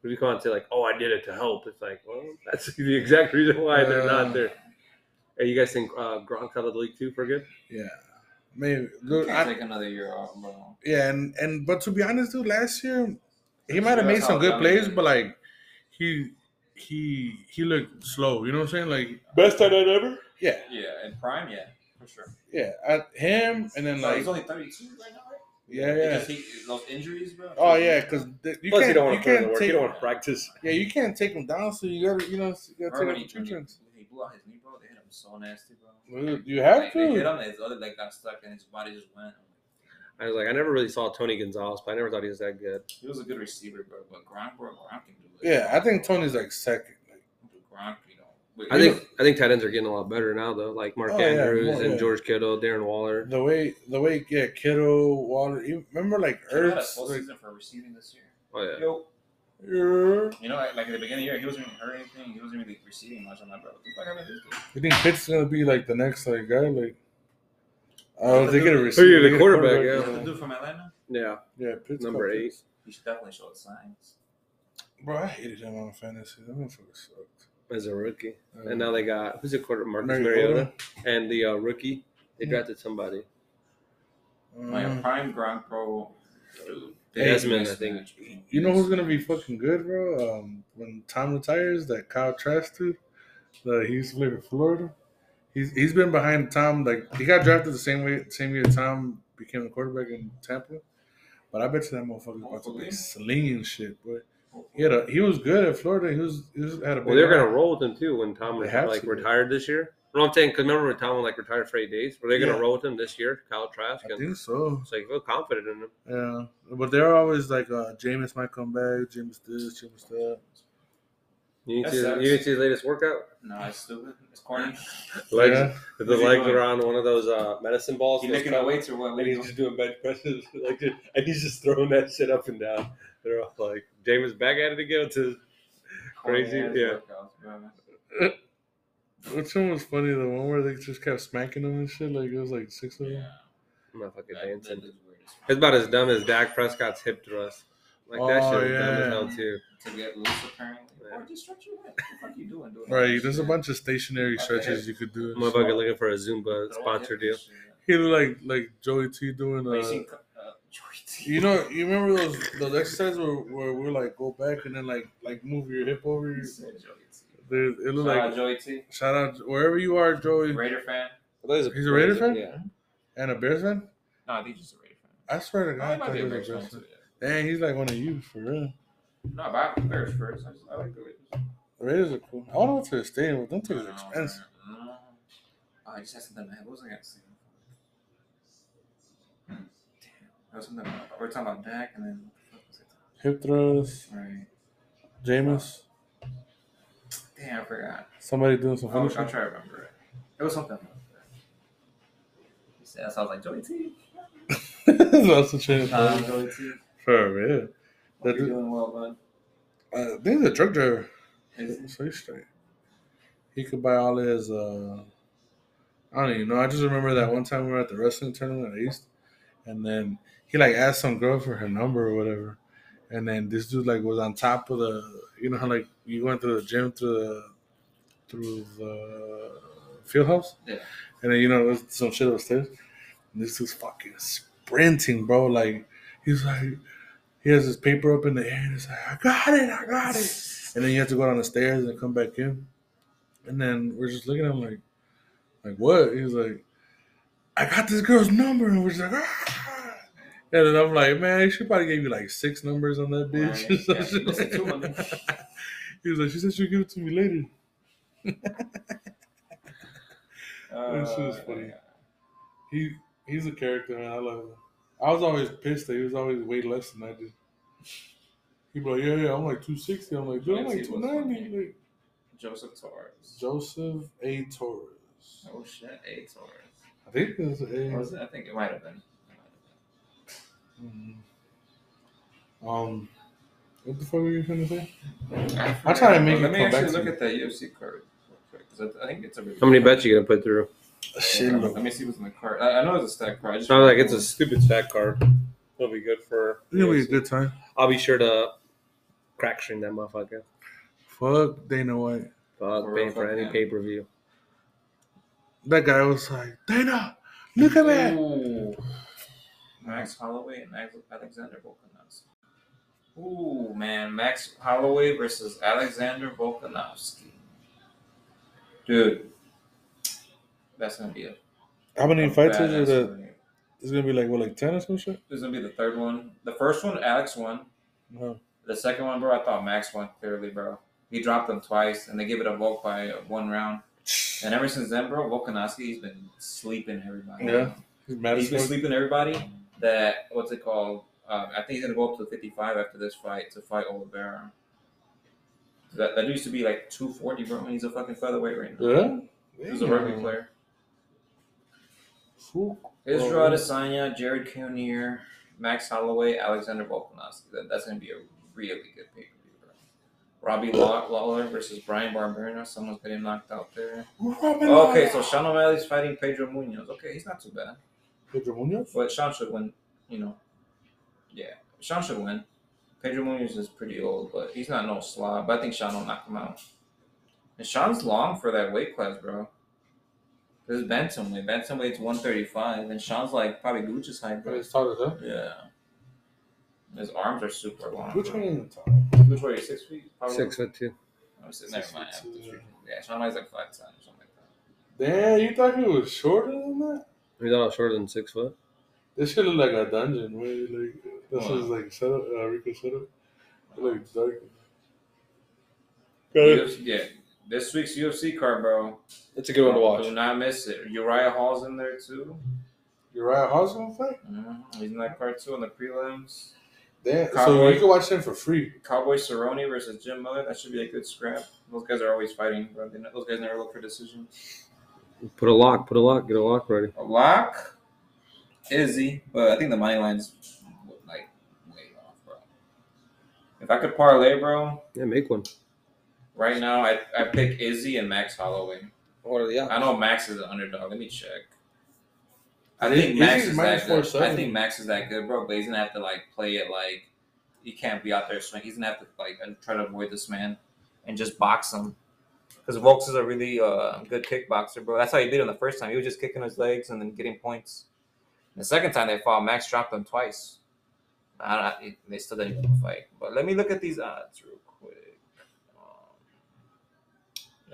C: But if you come out and say like oh I did it to help, it's like well that's *laughs* the exact reason why they're
A: Yeah.
C: not there. Hey, you guys think uh, Gronk out of the league too for good?
A: Yeah. Maybe.
B: You
A: Dude,
B: can't
A: I,
B: take another year off, bro.
A: yeah, and, and but to be honest, dude, last year he
B: Just
A: might have made
B: realize
A: some
B: how
A: good
B: young
A: plays,
B: he is.
A: but like he he he looked slow. You know what I'm saying? Like
C: Best tight end ever.
A: yeah,
B: Yeah, in prime, yeah, for sure.
A: yeah. At him and then
B: So
A: like
B: he's only 32 right now, right?
A: yeah, yeah.
B: Because he, those injuries, bro.
A: Oh yeah, because you
C: Plus,
A: can't.
C: you don't want
A: you
C: to put in the
A: can't
C: work.
A: take.
C: You don't want to practice.
A: yeah, you can't take them down. So you gotta, you know, you
B: Or
A: gotta
B: when
A: take
B: he,
A: them
B: when he, when
A: entrance.
B: he blew out his knee, bro, they hit him so nasty, bro.
A: You have
B: Like, they hit
A: to.
B: him, and his other leg got stuck, and his body just went.
C: I was like I never really saw Tony Gonzalez, but I never thought he was that good.
B: He was a good receiver, bro, but Gronk, bro, Gronk can do it.
A: Yeah, I think Tony's like second. Like,
B: Gronk, you know, Wait,
C: I think I think tight ends are getting a lot better now though. Like Mark
A: Oh, yeah,
C: Andrews
A: more,
C: and
A: yeah.
C: George Kittle, Darren Waller.
A: The way, the way, yeah, Kittle, Water. You remember, like
B: Kittle had a
A: Ertz,
B: full
A: like,
B: season for receiving this year.
C: Oh yeah.
A: yeah.
B: Yo, you know, like at the beginning of the year, he wasn't even hurt anything. He wasn't really receiving much. I'm like, bro, what the fuck happened to this dude?
A: you think Pitt's gonna be like the next like guy? Like, oh, they get a
C: Who
A: receiver,
C: you, the
A: they get a
C: quarterback, yeah.
B: The dude from Atlanta,
C: Yeah.
A: yeah, Pitt's
C: Number
A: got
C: eight.
A: Pitts.
B: he should definitely show its signs.
A: Bro, I hated him on fantasy. That motherfucker sucked.
C: As a rookie.
A: Uh,
C: And now they got who's the quarterback? Marcus
A: Mariota.
C: Mariota and the uh, rookie. They
A: Yeah.
C: drafted somebody.
B: Like a
A: Um,
B: prime Gronk Pro.
C: Desmond, I think.
A: you know who's gonna be fucking good, bro? Um, when Tom retires, that Kyle Trask dude, the he used to play for Florida. He's he's been behind Tom. Like he got drafted the same way, same year Tom became the quarterback in Tampa. But I bet you that motherfucker's about to be slinging shit, boy. He had a, he was good at Florida. He was, he was had a.
C: Well, they're gonna roll with him too when Tom
A: They have
C: like
A: to.
C: retired this year. No, I'm saying because remember when Tom like retired for eight days? Were they gonna
A: Yeah.
C: roll with him this year? Kyle Trask
A: I
C: and
A: think so.
C: it's like feel confident in him.
A: Yeah, but they're always like, uh, Jameis might come back. Jameis this, Jameis that.
C: You need
B: That
C: to
B: sucks.
C: you need to see his latest workout.
B: No, it's stupid. It's corny.
C: *laughs* Legs,
A: Yeah.
C: the
B: What's he
C: legs
B: doing?
C: are on one of those uh, medicine balls.
B: You
C: those
B: licking the
C: fat-
B: weights or what? What
C: and
B: are you
C: he's
B: doing?
C: just doing bench presses, *laughs* like, dude, and he's just throwing that shit up and down. They're all like, "Jameis back at it again." To Crazy,
B: Corny-ass
C: yeah.
B: workouts, bro.
A: Which one was funny? The one where they just kept smacking him and shit. Like it was like six of them.
B: Yeah.
C: I'm not fucking
B: That- that
C: dancing.
B: is weird as fuck.
C: It's about as dumb as Dak Prescott's hip thrust. Like that
A: Oh,
C: shit was dumb as
A: yeah.
C: hell too.
B: To get loose, apparently.
C: Yeah.
B: Or just stretch your neck. What the fuck you doing? doing
A: Right,
B: that
A: there's a
B: shit?
A: bunch of stationary
B: What the
A: stretches
B: heck?
A: you could do.
C: Motherfucker looking for a Zumba
B: Throw it
C: sponsor
B: in
C: deal.
B: and shit.
A: He looked like like Joey T doing.
B: But you
A: Uh,
B: seen, uh, *laughs* Joey T.
A: you know, you remember those those exercises where, where we're like go back and then like like move your hip over.
B: You
A: Your,
B: said Joey T.
A: there, it looked
C: Uh,
B: Shout out
A: like
B: Joey T.
A: shout out wherever you are, Joey,
B: Raider fan.
A: He's a Raider fan?
C: Yeah.
A: and a Bears fan.
B: No, I think he's a Raider fan.
A: I swear to
B: No, he
A: God, I
B: might
A: thought
B: be
A: he
B: a
A: was
B: Bears
A: a
B: fan
A: Bears fan.
B: too. Yeah.
A: Dang, he's like one of you for real.
B: No, but I'm Bears first. I, just, I like the Raiders.
A: The Raiders are cool. I want to go to the stadium, but them
B: No,
A: tickets are expensive.
B: no. Oh, I just had something. What was I gonna say? Hmm. Damn. That was something. About, we were talking about Dak, and then what the fuck
A: Hip thrust,
B: was it? Right.
A: Jameis,
B: Damn, I forgot.
A: somebody doing some
B: I'll, I'll
A: foolish.
B: try
A: shit.
B: to remember it. It was something. About that. You said that, so I was like Joey T.
A: *laughs* That's a change.
B: Nah, Joey T.
A: For real.
B: Hope
A: That
B: You're
A: dude-
B: doing well, bud.
A: Uh, this is a truck driver.
B: Is
A: So he's straight. He could buy all his. Uh, I don't even know. I just remember that one time we were at the wrestling tournament at East, and then he like asked some girl for her number or whatever, and then this dude like was on top of the. You know how like you went through the gym through the through the field house,
B: Yeah.
A: and then you know there's some shit upstairs. And this dude's fucking sprinting, bro. Like he's like he has his paper up in the air and he's like, I got it, I got it. And then you have to go down the stairs and come back in. And then we're just looking at him like, like what? He's like, I got this girl's number. And we're just like, ah. And then I'm like, man, she probably gave you like six numbers on that bitch. *laughs*
B: Right. Yeah, she listed two of them.
A: he was like, she said she'll give it to me later. This
B: Uh,
A: is funny. He he's a character, man. I love him. I was always pissed that he was always way less than I did. He be like, yeah, yeah, I'm like 260. I'm like, dude, I'm like
B: Yes, he was
A: 290. Like,
B: Joseph Torres.
A: Joseph A. Torres. Mm-hmm.
B: Oh shit, A Torres.
A: I think that's
B: Or was
A: A.
B: it? I think it might have been. It might have been.
A: Mhm. Um, what the fuck were you gonna say?
B: I
A: try to make
B: Let
A: it
B: me
A: come
B: actually
A: back to
B: look
A: me.
B: at that UFC card because I, I think it's a. Really
C: How many bets you gonna put through?
A: Shit,
B: Let me see what's in the card. I, I know it's a stack card. I just
C: Sounds like it's a stupid stack card. It'll be good for.
A: It'll be a good time.
C: I'll be sure to crack string that motherfucker.
A: Fuck Dana White.
C: Fuck,
B: For
C: paying
B: real,
C: for
B: fuck
C: any
B: him.
C: pay per view.
A: That guy was like, Dana, look at that.
B: Ooh. Max Holloway and Alex- Alexander Volkanovski. Ooh man, Max Holloway versus Alexander Volkanovski. Dude, that's gonna be a.
A: How many
B: a
A: fights is it?
B: badass
A: That
B: fight.
A: it's gonna be like what, like ten or some shit?
B: This is gonna be the third one. The first one, Alex won.
A: No.
B: The second one, bro, I thought Max won clearly, bro. He dropped them twice, and they gave it a Volk by one round. And ever since then, bro, Volkanovski, he's been sleeping everybody.
A: Yeah. He's mad
B: He's
A: as
B: been
A: fuck.
B: sleeping everybody that, what's it called? Uh, I think he's going to go up to 55 after this fight to fight Oliveira. That, that used to be like 240, bro. And he's a fucking featherweight right now.
A: Yeah.
B: He's a rugby player.
A: Who?
B: Israel Adesanya, Jared Cunier, Max Holloway, Alexander Volkanovski. That, that's going to be a really good pay per view, bro. Robbie Law- Lawler versus Brian Barberina. Someone's getting knocked out there. Okay, so Sean O'Malley's fighting Pedro Munoz. Okay, he's not too bad.
A: Pedro Munoz?
B: But Sean should win, you know. Yeah, Sean should win. Pedro Munoz is pretty old, but he's not no slob. But I think Sean will knock him out. And Sean's long for that weight class, bro. This is bantamweight. Bantamweight's one thirty five, and Sean's like probably Gucci's height, bro.
A: It's taller, huh?
B: Yeah. His arms are super long.
A: Which
B: bro.
A: one is it?
B: Which way? Six feet? Probably.
E: Six foot two.
B: Oh, six- never
A: Six
B: mind.
A: feet,
B: I'm just-
A: yeah.
B: Yeah, Sean O'Malley's like five ten or something like that.
A: Damn, you thought he was shorter than that?
E: He's not shorter than six foot.
A: This should look like a dungeon. Where you like this
B: Wow.
A: is like setup. Uh, Rico setup. Like dark.
B: UFC yeah, this week's UFC card, bro.
C: It's a good one to watch.
B: Do not miss it. Uriah Hall's in there too.
A: Uriah Hall's gonna fight.
B: Mm-hmm. He's in that card too on the prelims.
A: Damn. So
B: Cowboy.
A: you can watch them for free.
B: Cowboy Cerrone versus Jim Miller. That should be a good scrap. Those guys are always fighting. Bro. They- Those guys never look for decisions.
E: Put a lock. Put a lock. Get a lock ready.
B: A lock, Izzy, but I think the money line's like way off, bro. If I could parlay, bro,
E: Yeah, make one.
B: right now I I pick Izzy and Max Holloway.
C: What are the odds?
B: I know Max is an underdog. Let me check. I
A: Izzy-
B: think Max
A: Izzy's
B: is
A: minus
B: that good. I
A: 470.
B: think Max is that good, bro. But he's gonna have to like play it like he can't be out there swing. He's gonna have to like and try to avoid this man and just box him. Because Volks is a really uh, good kickboxer, bro. That's how he beat him the first time. He was just kicking his legs and then getting points. The second time they fought, Max dropped him twice. I don't, I- they still didn't even fight. But let me look at these odds real quick.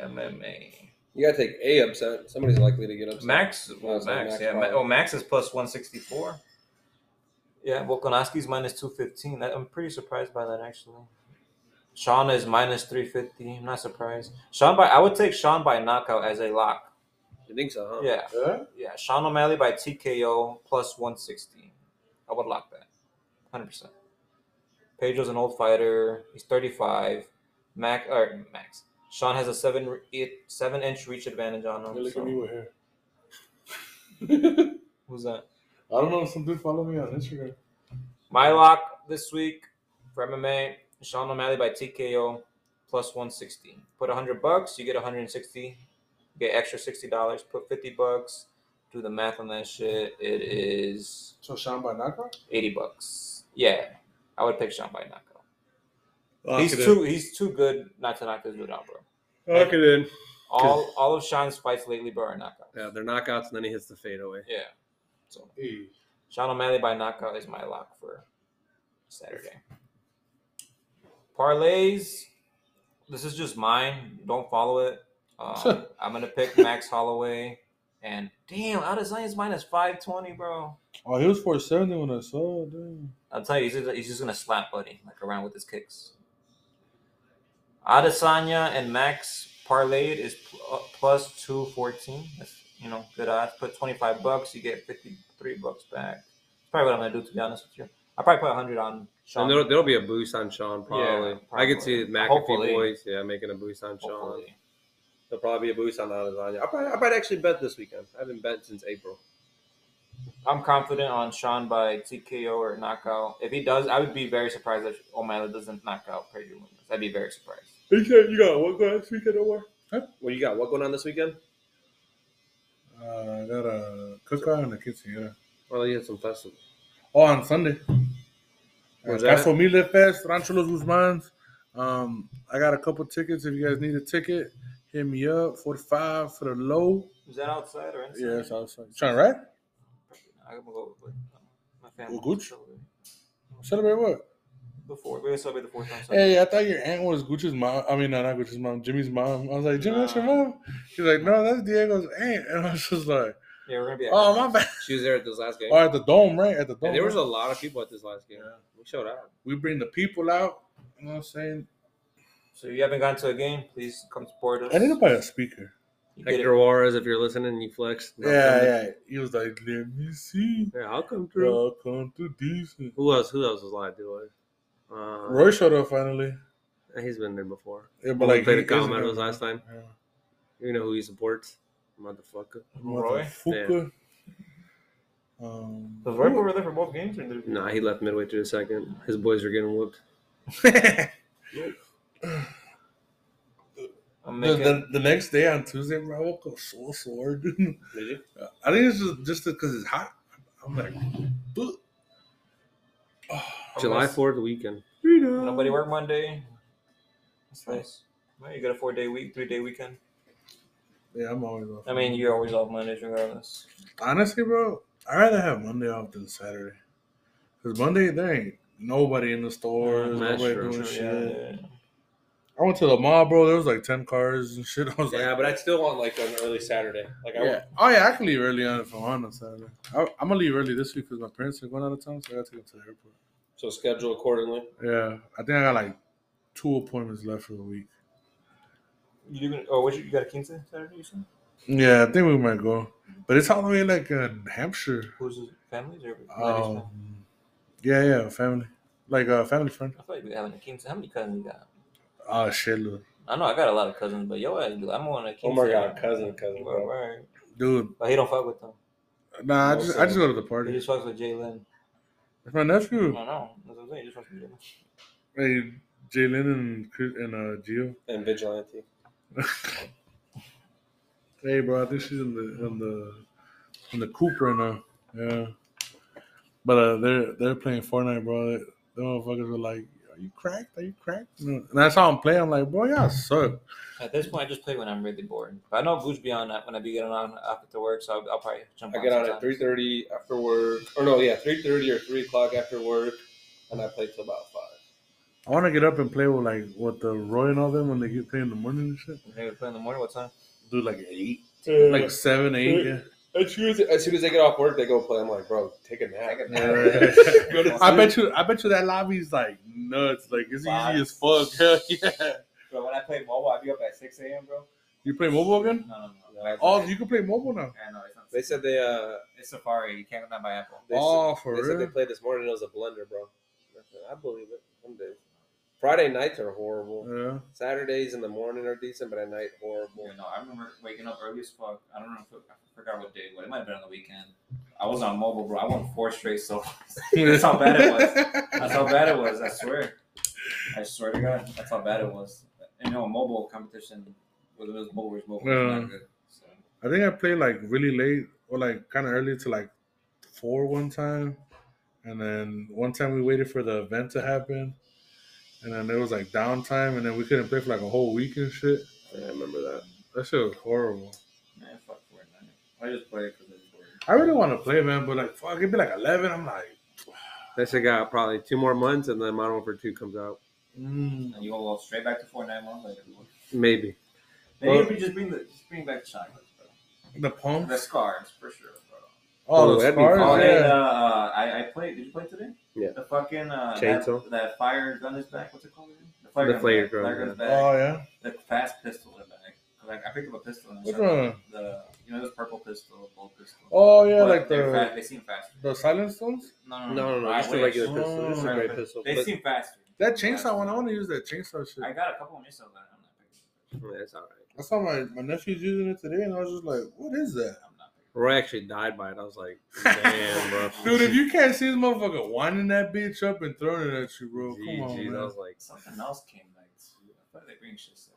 B: Um, MMA.
C: You gotta take a upset. Somebody's likely to get upset.
B: Max, well,
C: so
B: Max,
C: Max
B: yeah. Ma-
C: probably.
B: oh, Max is plus 164. Yeah, Volkanovski's minus 215. That, I'm pretty surprised by that, actually. Sean is minus 350. I'm not surprised. Sean by I would take Sean by knockout as a lock.
E: You think so? Huh?
C: Oh,
B: Yeah,
A: Yeah.
B: yeah. Sean O'Malley by TKO plus 160. I would lock that. 100%. Pedro's an old fighter. He's 35. Mac, or Max. Sean has a seven re- eight, seven inch reach advantage on
A: Hey,
B: him.
A: Look at me
B: so-
A: with hair. *laughs*
B: Who's that?
A: I don't know. Some dude follow me on Instagram.
B: My lock this week for MMA, Sean O'Malley by TKO, plus 160. Put 100 bucks, you get 160. You get extra $60. Put 50 bucks. Do the math on that shit. It is
A: So Sean by knockout.
B: 80 bucks. Yeah, I would pick Sean by knockout. he's too he's too good not to knock this dude out, bro.
E: Lock it in.
B: All all of Sean's fights lately, bro, are knockouts.
E: Yeah, they're knockouts, and then he hits the fadeaway.
B: Yeah. So
A: Hey.
B: Sean O'Malley by knockout is my lock for Saturday. Parlays. This is just mine. Don't follow it. Um, I'm gonna pick Max Holloway. And damn, Adesanya's minus five twenty, bro.
A: Oh, he was four seventy when I saw. it, Damn.
B: I'll tell you, he's just, he's just gonna slap Buddy like around with his kicks. Adesanya and Max parlayed is pl- uh, plus two fourteen. That's you know good odds. Put twenty five bucks, you get fifty three bucks back. That's probably what I'm gonna do to be honest with you. I probably put hundred on Sean.
E: And there'll, there'll be a boost on Sean probably. I
B: probably.
E: could see McAfee
B: Hopefully.
E: boys, yeah, making a boost on Sean.
B: hopefully.
E: There'll probably be a boost on Adesanya. I probably, I might actually bet this weekend. I haven't bet since April.
B: I'm confident on Sean by TKO or knockout. If he does, I would be very surprised if O'Malley doesn't knock out Pedro Munoz. I'd be very surprised.
E: You got, you got what going on this weekend, Omar?
A: Huh?
E: Well, you got what going on this weekend?
A: Uh, I got a cookout and a quinceañera.
E: Well, you had some festivals.
A: Oh, on Sunday.
E: Where's that at?
A: Caso Mille Fest, Rancho Los Guzmans. Um, I got a couple tickets. If you guys need a ticket, hit me up. 45 for the low.
B: Is that outside or inside?
A: Yeah, it's outside. Trying right?
B: I'm gonna go with my family.
A: Well, good. Celebrate what?
B: Before we're gonna celebrate the fourth time. Sunday.
A: Hey, I thought your aunt was Gucci's mom. I mean, no, not Gucci's mom, Jimmy's mom. I was like, Jimmy, that's your mom? She's like, no, that's Diego's aunt. *laughs* And I was just like,
B: Yeah, we're gonna be.
A: oh, my bad.
E: She was there at this last game.
A: Or at the dome, right? At the dome.
E: And there was
A: right?
E: a lot of people at this last game. We showed out.
A: we bring the people out. You know what I'm saying?
B: So if you haven't gone to a game, please come support us.
A: I need to buy a speaker.
B: You get it.
E: Hector Juarez, if you're listening, you flex.
A: Yeah, yeah. He was like, let me see.
E: Yeah, I'll come through.
A: Welcome to decent.
E: Who else? Who else was live? Dude? Uh,
A: Roy showed up finally.
E: He's been there before.
A: Yeah,
E: But like, played the
A: he isn't
E: Calmettos
A: a-
E: last time.
A: yeah.
E: You know who he supports, motherfucker.
B: Roy?
A: Motherfucker. Um,
B: *laughs* Was Roy over there for both games? Or did
E: Nah, he left midway through the second. His boys are getting whooped.
B: I'm
A: *laughs* The,
B: making,
A: the, the next day on Tuesday, bro, I woke up so sore, dude. Did
E: you?
A: *laughs* I think it's just just because it's hot. I'm like, but
E: July Fourth weekend.
B: Nobody work Monday. That's nice. Well, you got a four day week, three day weekend.
A: yeah, I'm always off.
B: I mean, you're always off Mondays regardless.
A: honestly, bro, I'd rather have Monday off than Saturday. Cause Monday there ain't nobody in the stores,
E: That's
A: nobody
E: true. True,
A: doing Oh, shit. I went to the mall, bro. There was like ten cars and shit. *laughs* I was like,
C: Yeah, but I'd still want like an early Saturday. Like I
A: yeah. Oh yeah, I can leave early on if I want on Saturday. I, I'm gonna leave early this week because my parents are going out of town, so I gotta take them to the airport.
C: so schedule accordingly.
A: Yeah, I think I got like two appointments left for the week.
B: You gonna, oh, what you, you got a quince Saturday? You said?
A: Yeah, I think we might go, but it's all the way like in Hampshire.
B: Who's his family's or Larry's
A: Um,
B: family?
A: yeah, yeah, family, like a family friend.
B: I thought you'd be having a quince. How many cousins you got?
A: Oh shit, look.
B: I know I got a lot of cousins, but yo, ass do. I'm on a quince.
C: Oh my god, cousin, cousin,
B: Right,
C: bro.
B: right.
A: dude.
B: But he don't fuck with them.
A: Nah, I just I just go to the
B: He
A: party.
B: just fucks with Jalen.
A: It's my
B: I
C: Hmm.
A: nephew.
B: don't know. That's what I'm saying. He just fucks with Jalen.
A: Hey, Jalen and Chris and uh, Gio.
C: And vigilante.
A: Hey, bro, I think she's in the in the in the coop right now. Yeah, but uh, they're they're playing Fortnite, bro. The motherfuckers were like, "Are you cracked? Are you cracked?" And I saw him play. I'm like, "Boy, y'all suck."
B: At this point, I just play when I'm really bored. But I know Goose be on that when I be getting on after work, so I'll, I'll probably jump
C: I
B: on
C: get on at
B: sometime.
C: three thirty after work, or no, yeah, three thirty or three o'clock after work, and I play till about five.
A: I want to get up and play with like with the Roy and all them when they get play in the morning and shit.
B: Maybe we play in the morning. What time?
A: Do like eight, like seven, eight. Yeah.
C: As soon as, as soon as they get off work, they go play. I'm like, bro, take a nap. *laughs*
B: Take a
A: nap.
C: Go to
A: I
C: sleep.
A: bet you, I bet you that lobby's like nuts. Like it's
B: Vibes.
A: easy as fuck. *laughs* Hell yeah.
B: Bro, when I play mobile, I be up at 6 a.m., bro.
A: You play mobile again?
B: No, no, no. I,
A: Oh, you can play mobile now.
B: I know, it's not,
C: They said they uh
B: it's Safari. You can't not by Apple.
C: they,
A: oh,
C: said,
A: for
C: they said they
A: real?
C: played this morning. It was a blender, bro. I said, I believe it. I'm dead. Friday nights are horrible.
A: *laughs* Yeah.
C: Saturdays in the morning are decent, but at night horrible.
B: Yeah, no, I remember waking up early as fuck. I don't know. If it, I forgot what day it was. It might have been on the weekend. I was on mobile, bro. I won four straight. So *laughs* That's how bad it
A: was. *laughs*
B: that's how bad it was. I swear. I swear to God, that's how bad it was. And, you know, a mobile competition was it was mobile was mobile. It's
A: Yeah.
B: not good. So,
A: I think I played like really late or like kind of early to like four one time, and then one time we waited for the event to happen, and then it was like downtime, and then we couldn't play for like a whole week and shit.
E: Yeah, I remember that.
A: That shit was horrible.
B: man, fuck Fortnite. I just play it because it's boring.
A: I really want to play, man, but like fuck, it'd be like eleven. I'm like,
E: That shit got probably two more months, and then Modern Warfare Two comes out.
A: mm,
B: And you all go straight back to Fortnite months later. bro.
E: Maybe.
B: Maybe
A: Well-
B: if we just bring the just bring back shotguns, bro.
A: the pump.
B: The scars for sure, bro.
A: Oh,
E: Oh,
A: the
E: that'd be
A: scars,
E: fun.
B: Oh,
A: yeah.
B: and, uh, uh, I, I played. Did you play today?
E: Yeah.
B: The fucking uh,
E: Chainsaw.
B: That, that fire gun is back. What's it called again? The
E: The
B: gun's
E: flare
B: back.
E: gun,
B: Flare
E: yeah.
B: gun's
A: Oh
B: back.
A: yeah.
B: The fast pistol is back. 'Cause, Like I picked up a pistol. And I
A: Which
B: shot it.
A: one?
B: The you know this purple pistol, gold pistol.
A: Oh yeah,
B: But
A: like
B: they're
A: the
B: fast, they seem faster.
A: the silent stones.
B: No, no,
E: No,
B: no,
E: no, no.
B: I
E: Just a
B: wish.
E: regular pistol.
A: Oh.
E: This is a great pistol.
B: They
E: But-
B: seem faster.
A: That chainsaw one, I want to use that chainsaw shit.
B: I got a couple of missiles. but I'm not picking. it up.
E: Yeah, it's all right.
A: I saw my, my nephew's using it today, and I was just like, "What is that?"
B: I'm not picking.
E: Roy actually died by it. I was
A: *laughs*
E: like, damn, bro. *laughs*
A: Dude, if you can't see this motker winding that bitch up and throwing it at you, bro, come
E: Jeez,
A: on,
E: jeez, I
A: man.
E: was like,
B: it. Something else came back too. I thought they bring shit. So.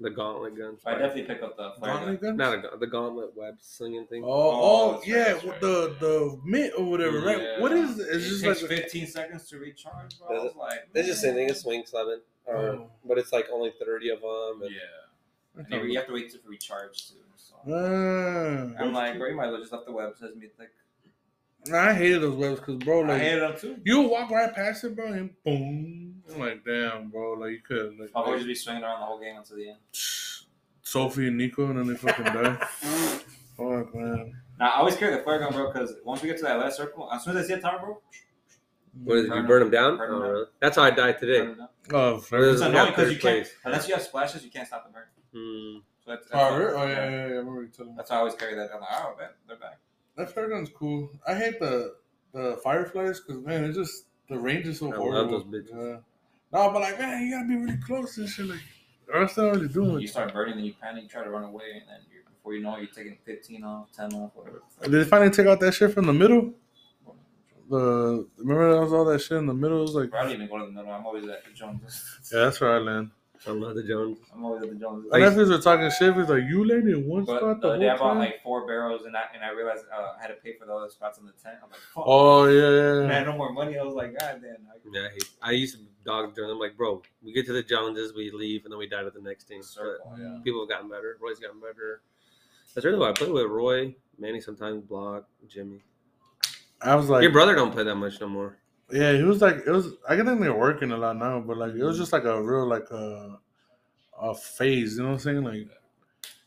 E: the gauntlet gun.
B: But I definitely pick up the flare gun.
A: Gauntlet gun?
E: Not a gaunt- the gauntlet web slinging thing.
A: Oh, oh,
B: that's right,
A: yeah,
B: that's
A: with
B: right,
A: the the mitt or whatever, right?
B: Yeah.
A: What is it? It's
B: It
A: just
B: takes
A: like
B: 15 seconds to recharge, bro. I
C: Does
B: was like,
C: It's just
B: man.
C: saying it's swing seven, or,
A: Oh.
C: but it's like only thirty of them. And,
B: Yeah. And they, you have to wait to recharge too. So.
A: Ah.
B: I'm like, bro, you might as well just left the web. It says me thick.
A: Nah, I hated those webs because, bro,
B: I
A: like
B: hated them too.
A: you would walk right past it, bro, and boom. I'm like, damn, bro, like you could like,
B: I'll always be swinging around the whole game until the end.
A: Sophie and Nico, and then they fucking
B: *laughs*
A: die. Fuck, man.
B: Now, I always carry the flare gun, bro, because once we get to that last circle, as soon as I see a tower, bro,
E: What is it? You
B: Burn
E: burn them
B: 'em.
E: down?
B: Burn 'em
E: oh,
B: down.
E: really? That's how I died today.
B: burn it down.
A: Oh,
E: There's
B: It's
A: Flair.
E: a
B: annoying
E: half
B: because you
E: third
B: can't,
E: place.
B: unless you have splashes, you can't stop the burn.
E: Hmm.
B: So that's, that's
A: Oh,
B: why-
A: really? Oh, yeah, yeah, yeah. I remember you telling me.
B: That's why I always carry that. I'm like, oh, bet they're back.
A: That flare gun's cool. I hate the the fireflies because man, it's just the range is so
E: I love
A: horrible.
E: those bitches.
A: Yeah. No, but like, man, you gotta be really close and shit. Like, or else they don't really do
B: You
A: it.
B: start burning, then you panic, you try to run away, and then you before you know it, you're taking 15 off, 10 off, whatever.
A: Did they finally take out that shit from the middle? The remember that was all that shit in the middle. It was like,
B: I don't even go to the middle. I'm always at the Joneses. *laughs*
A: yeah, that's where I land.
C: I love the Jones.
B: I'm always at the Joneses.
A: My nephews were talking shit. He's like, you landed in one
B: But uh,
A: spot
B: the
A: the
B: other day I
A: whole
B: bought
A: time.
B: like four barrels, and I and I realized uh, I had to pay for the other spots on the tent. I'm like, fuck.
A: oh yeah, yeah,
B: And I
A: yeah.
B: had no more money. I was like, God damn. I
C: Yeah, I, hate, I used to dog Jones. I'm like, bro, we get to the Joneses, we leave, and then we die to the next team. But
B: circle, yeah.
C: people have gotten better. Roy's gotten better. That's really why I play with Roy, Manny sometimes, Block, Jimmy.
A: I was like,
C: Your brother don't play that much no more.
A: Yeah, he was like it was. I think they're working a lot now, but like it was just like a real like a a phase. You know what I'm saying? Like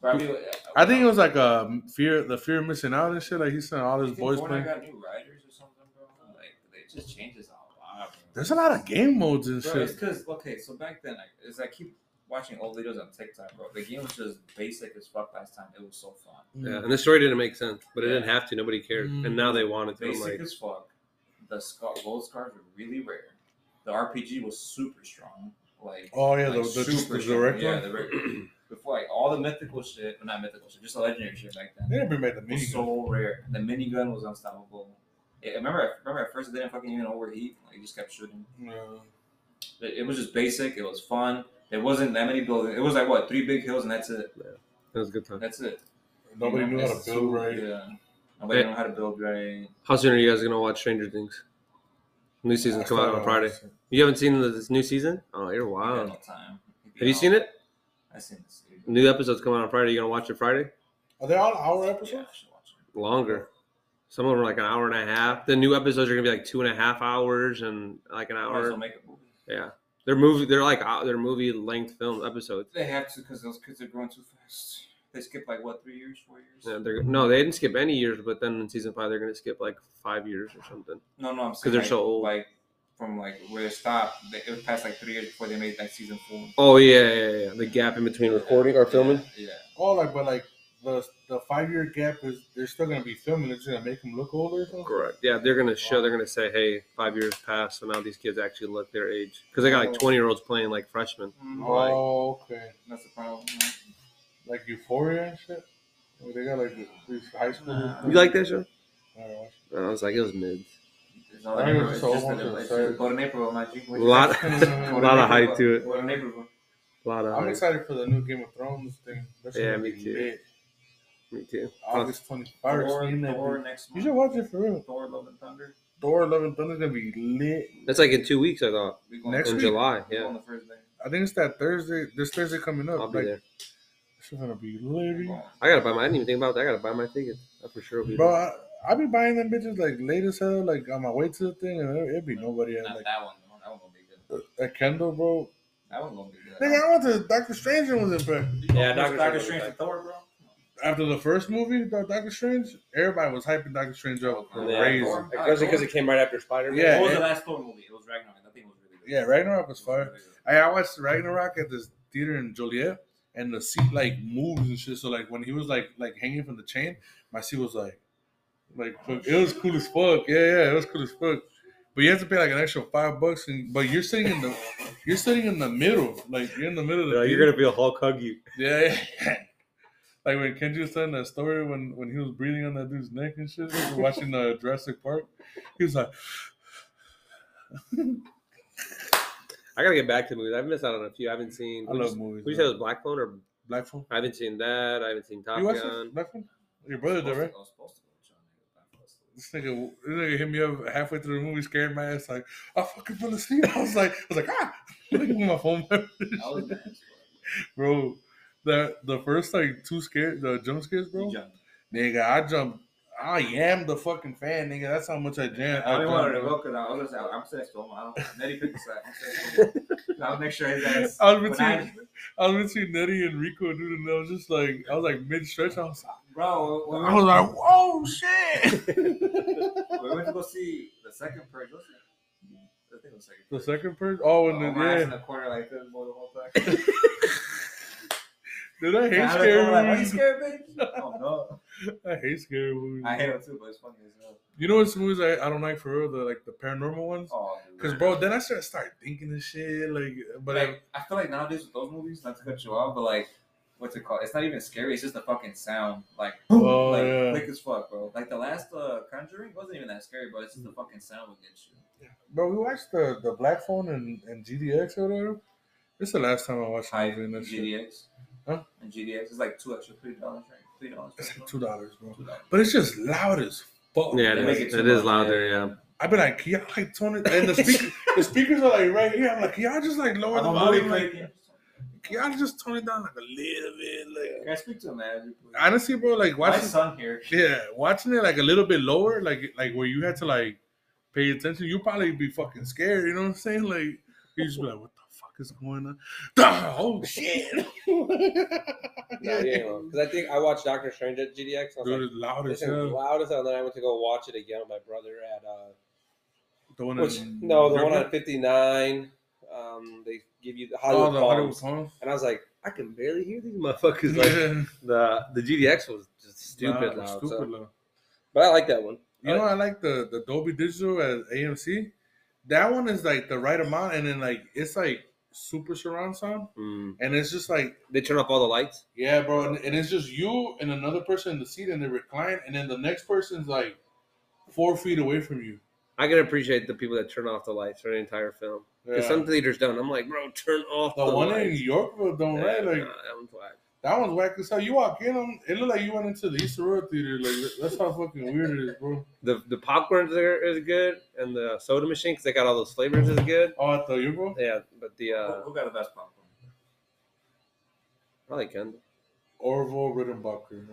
B: But I, mean, uh,
A: I think it was like a fear, the fear of missing out and shit. Like he sent all his
B: You think
A: boys
B: Fortnite
A: playing.
B: got new riders or something, bro. Like they just changed this a lot. bro.
A: There's a lot of game modes and
B: Bro, it's
A: shit.
B: because okay, so back then, like, is I keep watching old videos on TikTok, bro. The game was just basic as fuck last time. It was so fun,
C: Yeah, and the story didn't make sense, but it didn't have to. Nobody cared,
A: Mm.
C: and now they wanted to. I'm
B: basic
C: like,
B: as fuck. The scar- gold scars were really rare. The RPG was super strong, like
A: Oh yeah, the,
B: like,
A: the, just the
B: strong.
A: direct
B: yeah,
A: one.
B: the re- *clears throat* before like all the mythical shit, but not mythical shit, just the legendary shit back then.
A: They never made the
B: It was
A: mini.
B: so rare. The minigun was unstoppable. Yeah, I remember, I remember at first it didn't fucking even overheat. Like, it just kept shooting. It, it was just basic. It was fun. There wasn't that many buildings. It was like what three big hills and that's it.
C: that was a good time.
B: That's it.
A: Nobody
B: You know,
A: knew how
B: it's
A: to build
B: so-
A: right.
B: Yeah. Nobody
C: Yeah.
B: knew how to build right.
C: How soon are you guys gonna watch Stranger Things? New season
A: I
C: come out on
A: thought,
C: Friday.
A: uh,
C: You haven't seen the, this new season? Oh, you're
B: I
C: wild.
B: had no time.
C: Have you seen it?
B: I seen this. dude.
C: New episodes coming out on Friday. You gonna watch it Friday?
A: Are they all hour
B: Yeah,
A: episodes?
B: I should watch it.
C: Longer. Some of them are like an hour and a half. The new episodes are gonna be like two and a half hours and like an
B: Might as well
C: hour.
B: make a movie.
C: Yeah, they're movie. They're like uh, they're movie length film episodes.
B: They have to because those kids are growing too fast. They skip like what three years, four years.
C: Yeah, they're, no, they didn't skip any years, but then in season five they're gonna skip like five years or something.
B: No, no, I'm saying
C: 'Cause they're
B: like,
C: so old.
B: Like from like where they stopped, they, it was past like three years before they made like season four.
C: Oh yeah, yeah, yeah. The gap in between recording or filming.
B: Yeah,
A: Oh, like but like the the five year gap is they're still gonna be filming. It's gonna make them look older. Or something?
C: Correct. Yeah, they're gonna show. They're gonna say, "Hey, five years passed, so now these kids actually look their age." Because they got like twenty year olds playing like freshmen.
B: Mhm.
C: Right.
A: Oh, okay.
B: that's the problem.
A: Like Euphoria and shit. Like, they got like these high school.
B: Nah.
C: You like that show?
A: Alright, watch
C: I was like, it was mid.
B: It's
A: I
B: not the
A: think it's
B: neighborhood. It's
A: so
B: just
A: old
B: the-
A: to
B: it's
A: say.
B: just- go to neighborhood, my G.
C: A lot,
A: A
C: a *laughs* lot of hype to it.
B: Go to neighborhood.
C: A lot of
A: I'm
C: hype.
A: excited for the new Game of Thrones thing. That's
C: Yeah,
A: gonna
C: me
A: be
C: too.
A: lit.
C: Me too.
A: August 21st.
B: Thor,
A: me and that
B: Thor
A: bitch.
B: next
A: you
B: month.
A: should watch it for real.
B: Thor, Love and Thunder.
A: Thor Love and Thunder is gonna be lit.
C: That's like in two weeks. I thought
B: We go on
A: Next
C: in
B: Thursday.
A: week?
C: July.
B: We go
C: Yeah,
B: on the first day.
A: I think it's that Thursday. This Thursday coming up.
C: I'll be
A: Oh, like,
C: there.
A: It's gonna be
B: We
A: lit.
B: go on.
C: I gotta buy my. I didn't even think about that. I gotta buy my ticket. I for sure will be.
A: Bro,
C: there.
A: I, I be buying them bitches like late as hell. Like on my way to the thing, and it'd be nobody at
B: Not
A: like
B: that one. though. That one gonna be good.
A: at Kendall, bro.
B: That one gonna be good.
A: Nigga, I went to Doctor Strange and was in fact
C: Yeah,
B: Doctor,
C: Doctor
B: Doctor Strange
C: Strange was
B: and Thor, bro.
A: after the first movie, the Doctor Strange. Everybody was hyping Doctor Strange up
B: And
C: Yeah,
A: crazy.
C: Thor. Especially because it came right after Spider Man.
A: Yeah,
B: what was
A: it-
B: the last Thor movie? It was Ragnarok. That thing was really good.
A: Yeah, Ragnarok was
B: It
A: fire.
B: really good.
A: Hey, I watched Ragnarok at this theater in Joliet, and the seat like moves and shit. So like when he was like like hanging from the chain, my seat was like, like fuck- it was cool as fuck. Yeah, yeah, it was cool as fuck. But you have to pay like an extra five bucks, and but you're sitting in the you're sitting in the middle, like you're in the middle of the.
C: Yeah, you're
A: theater.
C: gonna feel Hulk hug you.
A: Yeah. yeah. *laughs* Like when Kenji was telling that story when, when he was breathing on that dude's neck and shit, we were watching the Jurassic Park, he was like,
C: I gotta get back to movies. I've missed out on a few. I haven't seen.
A: "I
C: who
A: love
C: you-
A: movies."
C: Who you said
A: man.
C: was Black Phone or?
A: Black Phone.
C: I haven't seen that. I haven't seen Top
A: You watched
C: Gun.
A: it? Black Phone? Your brother
B: I was
A: did, right?
B: supposed to- I was supposed to go to China.
A: This nigga, this nigga hit me up halfway through the movie, scared my ass. Like I fucking fell asleep. *laughs* I was like, I was like, ah, *laughs* like with my phone,
B: I was mad as
A: bro. The the first like two scared the jump scares, bro.
B: well. You jumped.
A: Nigga, I jumped. I am the fucking fan, nigga. That's how much I jam.
B: I
A: I
B: didn't want to
A: jumped,
B: go because I was gonna say I'm sitting next to him. I don't. Nettie picked this up. I'm sitting next
A: *laughs*
B: to him. I'll make sure his ass.
A: I was
B: when
A: between-
B: I-
A: I was between Nettie and Rico, dude, and I was just like, I was like mid stretch. I was, "Ah,
B: Bro, when we,
A: I was like, whoa, shit.
B: when *laughs* we went to go see the second purge. What's it? I think it was second.
A: The
B: Purge.
A: second person, oh, and
B: Oh,
A: then,
B: my ass in
A: yeah,
B: the corner like this, boy, the whole time.
A: *laughs* dude, I hate
B: And I looked over
A: scary
B: like, "Are you
A: movies.
B: scared, bitch?" Oh, no.
A: I hate scary movies.
B: I hate it too, but it's funny as hell.
A: You know what's movies I, I don't like for real? The like the paranormal ones.
B: Oh,
A: Cause
B: dude.
A: bro, then I start start thinking this shit like, but I,
B: like, I feel like nowadays with those movies, not to cut you off, but like, what's it called? It's not even scary. It's just the fucking sound, like,
A: Oh,
B: like
A: yeah.
B: quick as fuck, bro. Like the last uh, Conjuring wasn't even that scary, but it's
A: Mm.
B: just the fucking sound would get you.
A: bro, we watched the the Black Phone and, and GDX or whatever. This is the last time I watched a
B: High
A: movie and that shit.
B: GDX.
A: Huh?
B: And GDX is like two extra three dollars, right? Three dollars.
A: It's like two dollars, bro.
B: Two dollars.
A: But it's just loud as fuck.
E: Yeah, it
A: Like,
B: They
E: is,
B: make it
E: it
B: too
E: is
B: loud,
E: louder.
A: *laughs*
E: Yeah.
A: I've been like, can y'all like tone it? And the speaker, the speakers are like right here. I'm like, can y'all just like lower the
B: I'm only
A: volume? Like,
B: making-
A: can y'all just tone it down like a little bit? Like,
B: Can I speak to a manager, please?
A: honestly, bro, like
B: My
A: watching,
B: son here.
A: yeah, watching it like a little bit lower, like like where you had to like pay attention, you probably be fucking scared. You know what I'm saying? Like, you just be like, what the fuck is going on? *laughs* Duh, oh shit!
C: No, you ain't wrong. Because I think I watched Doctor Strange at GDX. I was
A: *laughs* Dude,
C: like,
A: it's loud
C: this
A: as
C: is
A: hell.
C: loud as hell. And then I went to go watch it again with my brother at uh,
A: The one
C: Which
A: in-
C: no, the one
A: River?
C: on fifty nine. Um, they give you the
A: Oh,
C: Hollywood,
A: the
C: Palms.
A: Hollywood Palms.
C: and I was like,
E: I can barely hear these motherfuckers.
A: *laughs*
E: Like
A: Yeah.
E: the the GDX was just
A: Nah,
E: stupid loud.
A: Stupid
E: so-
A: loud.
C: but I like that one.
A: You know, I like the the Dolby Digital at AMC. That one is like the right amount, and then like it's like super surround sound,
E: Mm.
A: and it's just like
E: They turn off all the lights.
A: yeah, bro, and, and it's just you and another person in the seat, and they recline, and then the next person's like four feet away from you.
E: I can appreciate the people that turn off the lights for an entire film. 'Cause
A: Yeah.
E: some theaters don't. I'm like, bro, turn off
A: the
E: the,
A: one in
E: lights.
A: Yorkville, don't
E: Yeah,
A: right? Like
E: nah, that one's whack.
A: that one's whack as hell. You walk in, um, it looked like you went into the Easter Road Theater. Like that's how fucking weird it is, bro.
E: the the popcorn there is good, and the soda machine because they got all those flavors is good.
A: Oh, I thought you, bro.
E: Yeah, but the
B: Who,
E: uh,
B: who got the best popcorn?
E: probably Kendall.
A: Orville Rittenbacher.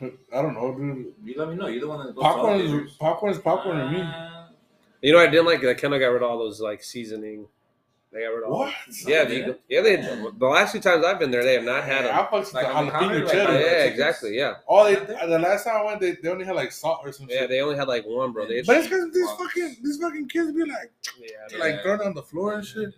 B: Yeah.
A: I don't know, dude.
B: You let me know. You're the one that goes
A: Popcorn
B: to all
A: is
B: theaters.
A: popcorn is popcorn to me.
B: Ah,
E: You know, what I didn't like that Kendall got rid of all those like seasoning. They got rid of all.
A: What?
E: Yeah, if you go- yeah. They the last two times I've been there, they have not had
A: I
E: them.
A: fucks
B: Like,
A: the
B: on the counter,
A: jalapeno
B: like,
A: cheddar.
E: Yeah,
B: I-
E: exactly. Yeah,
A: All they, the last time I went, they, they only had like salt or some
E: yeah.
A: shit.
E: They only had like one, bro. They
A: but it's because these fucking these fucking kids be like
E: yeah, I don't-
B: Yeah.
A: like thrown on the floor and shit.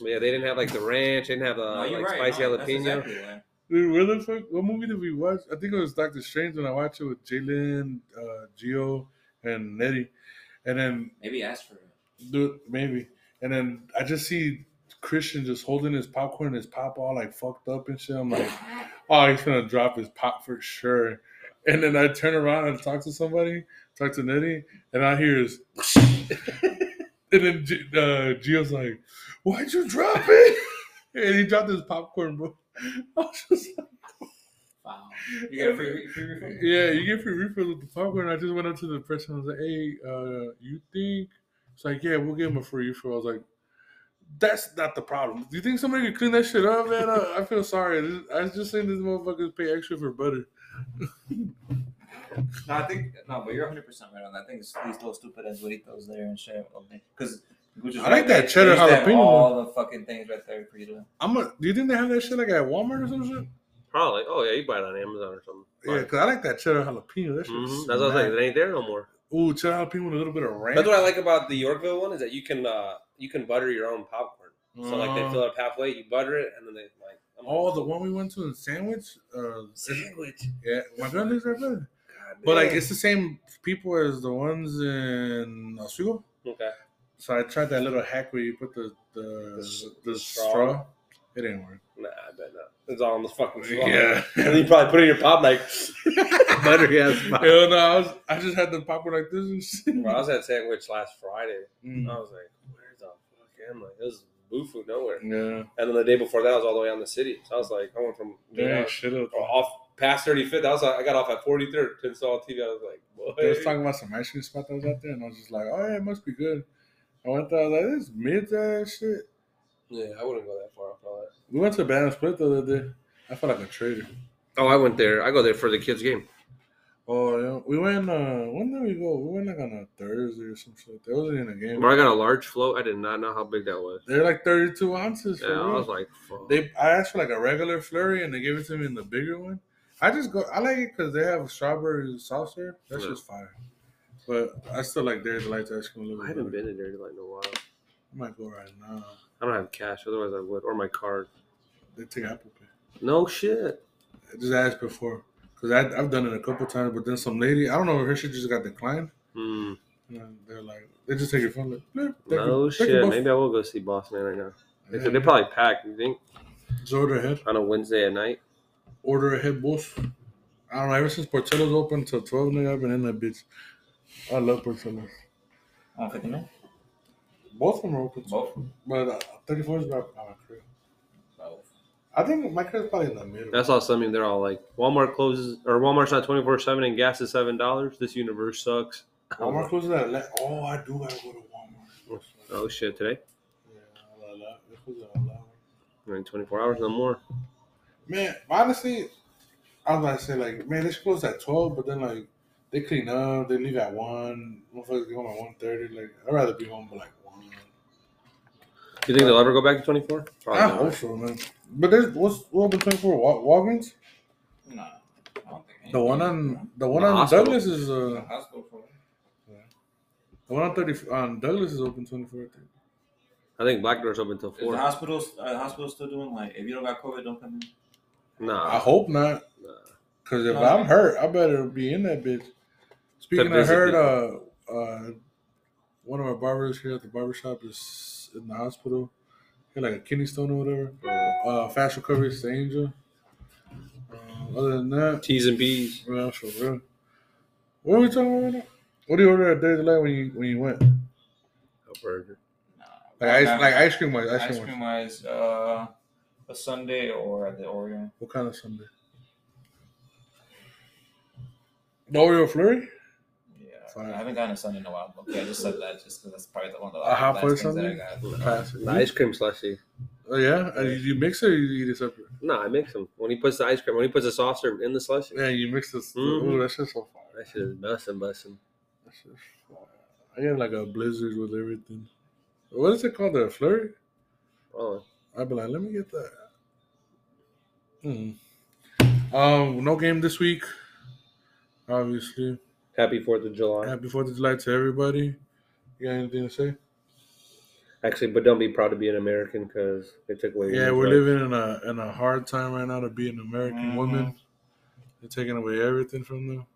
E: yeah. They didn't have like the ranch. They didn't have the
B: No, you're
E: like
B: right.
E: spicy
B: no, that's
E: jalapeno.
B: exactly why.
A: Dude, where the fuck? What movie did we watch? I think it was Doctor Strange when I watched it with Jalen, uh, Geo, and Nettie. And then,
B: Maybe ask for it.
A: dude, maybe. And then I just see Christian just holding his popcorn, and his pop all like fucked up and shit. I'm like, oh, he's gonna drop his pop for sure. And then I turn around and talk to somebody, talk to Nettie, and I hear is, *laughs* and then G- uh, Gio's like, "Why'd you drop it?" *laughs* And he dropped his popcorn, bro. *laughs* I was just like,
B: Wow. You got a free, free refund?
A: yeah, you get free refills with the popcorn. I just went up to the person. I was like, "Hey, uh, you think?" It's like, "Yeah, we'll give him a free refill." I was like, "That's not the problem. Do you think somebody could clean that shit up, man? I, I feel sorry. This, I was just saying these motherfuckers pay extra for butter."
B: No, I think no, but you're 100 percent right on that. I think it's these little stupid azulitos there and shit. Because
A: I like that cheddar jalapeno
B: All the fucking things right there for you to.
A: I'm a, do you think they have that shit like at Walmart or some shit?
E: Probably. Oh yeah, you buy it on Amazon or something.
A: Yeah, because I like that cheddar jalapeno. That shit
C: Mm-hmm.
E: Mhm. That's what I was like. It ain't there no more.
A: Ooh, cheddar jalapeno with a little bit of ranch.
C: That's what I like about the Yorkville one is that you can uh, you can butter your own popcorn. So like they
B: Mm.
A: Uh,
C: fill it up halfway, you butter it, and then they like I'm like,
A: Oh, the one we went to in Sandwich. Uh,
C: sandwich.
A: yeah, my friend lives right there.
C: God
A: But like,
C: damn.
A: it's the same people as the ones in Oswego.
C: okay.
A: So I tried that little hack where you put the the,
C: s-
A: the,
C: the
A: straw.
C: straw.
A: It didn't work.
C: Nah, I bet not. It's all on the fucking floor.
A: Yeah.
C: and then you probably put it in your pop like.
E: Butter, yes.
A: *laughs* Hell no, I, was, I just had the popcorn like this and shit.
C: Bro, I was at sandwich last Friday.
A: Mm.
C: I was like, where the fuck am I? It was boofu nowhere.
A: Yeah.
C: And then the day before that, I was all the way out in the city. So I was like, I went from you
A: Yeah,
C: know,
A: shit. Up.
C: off past 35th. I was like, I got off at 43rd to install TV. I was like,
A: They was
C: what?
A: talking about some ice cream spot that was out there, and I was just like, oh, yeah, it must be good. I went there, I was like, this is mid ass shit.
C: Yeah, I wouldn't go that far. off all that.
A: We went to Banana Split the other day. I felt like a traitor.
E: Oh, I went there. I go there for the kids' game.
A: Oh, yeah. We went, uh, when did we go? We went like on a Thursday or some shit. That wasn't in a game.
E: Bro, I got a large float. I did not know how big that was.
A: They're like 32 ounces.
E: Yeah,
A: For
E: I
A: real.
E: was like, fuck.
A: They, I asked for like a regular flurry, and they gave it to me in the bigger one. I just go. I like it because they have strawberry sauce there. That's
E: Yeah.
A: just fire. But I still like Dairy Delights ice cream a little
E: I
A: bit.
E: haven't
A: better.
E: been in there like in a while.
A: I might go right now.
E: I don't have cash, otherwise I would, or my card.
A: They take Apple Pay.
E: No shit.
A: I just asked before. Because I've done it a couple times, but then some lady, I don't know, her shit just got declined.
E: Mm,
A: And they're like, they just take your phone. Like, "Blip, take
E: no
A: your- take your
E: shit.
A: buff."
E: Maybe I will go see Boss Man right now. They
A: Yeah.
E: said they're probably packed. You think
A: Just order ahead.
E: on a Wednesday at night?
A: Order ahead, boss. I don't know. Ever since Portillo's open till 12, nigga, I've been in that bitch. I love Portillo's.
B: On 59?
A: Both of them are open.
B: Both.
A: But uh, 34 is not not my crib.
B: Both.
A: I think my crib's probably in the middle.
E: That's all something they're all like. Walmart closes or Walmart's not twenty four seven and gas is seven dollars. This universe sucks.
A: Walmart closes at 11. Oh, I do gotta go to Walmart.
E: Oh shit! Today
A: Yeah, I love it. It was a lot.
E: we're in twenty four hours no more.
A: Man, honestly, I was about to say like, man, they should close at twelve, but then like they clean up, they leave at one. Motherfuckers get home at one thirty. Like, I'd rather be home by like one.
E: Do you think they'll ever go back to twenty four?
A: I hope so, man. But there's what's what between for Wal- Walgreens?
B: Nah. I don't think
A: The one on the one
E: The
A: on
E: hospital.
A: Douglas is
B: The
A: uh
B: hospital for
A: the one on thirty on Douglas is open twenty four.
E: I think Black Door's open until
B: Is the
E: four.
B: hospital, are the hospital still doing like, if you don't got COVID, don't come in?
A: I
E: Nah,
A: hope not,
E: Nah.
A: because if
B: No.
A: I'm hurt, I better be in that bitch. Speaking of
E: visit
A: hurt, uh, uh, one of our barbers here at the barbershop is in the hospital. He had like a kidney stone or whatever. Uh, fast recovery to Angel. Uh, other than that,
E: T's and B's.
A: well, that's for real. What are we talking about? right now? What do you order at Day Delight when you when you went?
E: A burger.
B: Nah.
A: Like ice, like ice cream wise, ice
B: ice
A: cream wise.
B: cream wise, uh, a Sunday or at the Orion.
A: What kind of Sunday? The Oreo flurry,
B: Yeah,
A: Fire.
B: I haven't gotten a Sunday in a while. but Okay, I just said that just because that's probably the one of the
A: A hot
B: last
A: fudge
B: things that I
A: sundae?
B: got.
A: classic.
E: The ice cream slushy.
A: Oh yeah, Uh, you, you mix it or you eat it separate?
E: No, I mix them. When he puts the ice cream, when he puts the soft serve in the slushy,
A: Yeah, you mix this.
E: Mhm.
A: Ooh, that shit's so fire.
E: that shit is bussin' bussin'.
A: That's just fire. I get like a blizzard with everything. What is it called? The flurry?
E: Oh,
A: I'd be like, let me get that. Hmm. Um, no game this week. Obviously.
E: happy Fourth of July.
A: Happy Fourth of July to everybody. You got anything to say?
E: Actually, but don't be proud to be an American because they took away.
A: Yeah,
E: women's
A: we're
E: rights.
A: living in a in a hard time right now to be an American woman. They're taking away everything from them.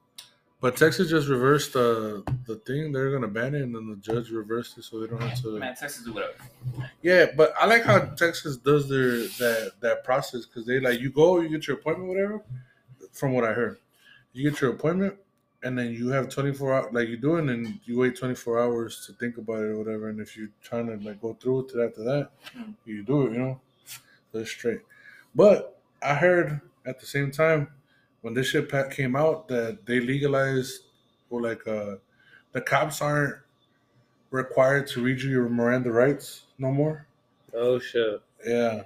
A: But Texas just reversed the the thing. They're gonna ban it, and then the judge reversed it, so they don't have to.
B: Man, Texas do whatever.
A: Yeah, but I like how Texas does their that that process because they like you go, you get your appointment, whatever. From what I heard, you get your appointment, and then you have twenty four hours, like you do, and then you wait twenty four hours to think about it or whatever. And if you're trying to like go through with it after that,
B: Mm.
A: you do it, you know. So it's straight. But I heard at the same time when this shit pa- came out that they legalized or like uh the cops aren't required to read you your Miranda rights no more.
E: Oh shit!
A: Yeah,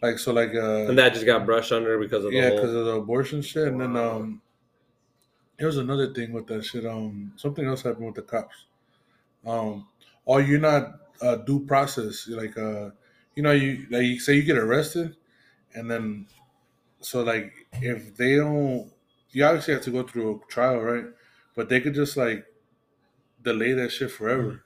A: like so, like uh,
E: And that just got brushed under because of the
A: yeah,
E: whole.
A: because of the abortion shit, and then
E: Wow.
A: um, there was another thing with that shit. Um, something else happened with the cops. Um, oh, you're not uh, due process. You're like uh, you know, you like you say you get arrested, and then so like if they don't, you obviously have to go through a trial, right? But they could just like delay that shit forever.
E: Mm-hmm.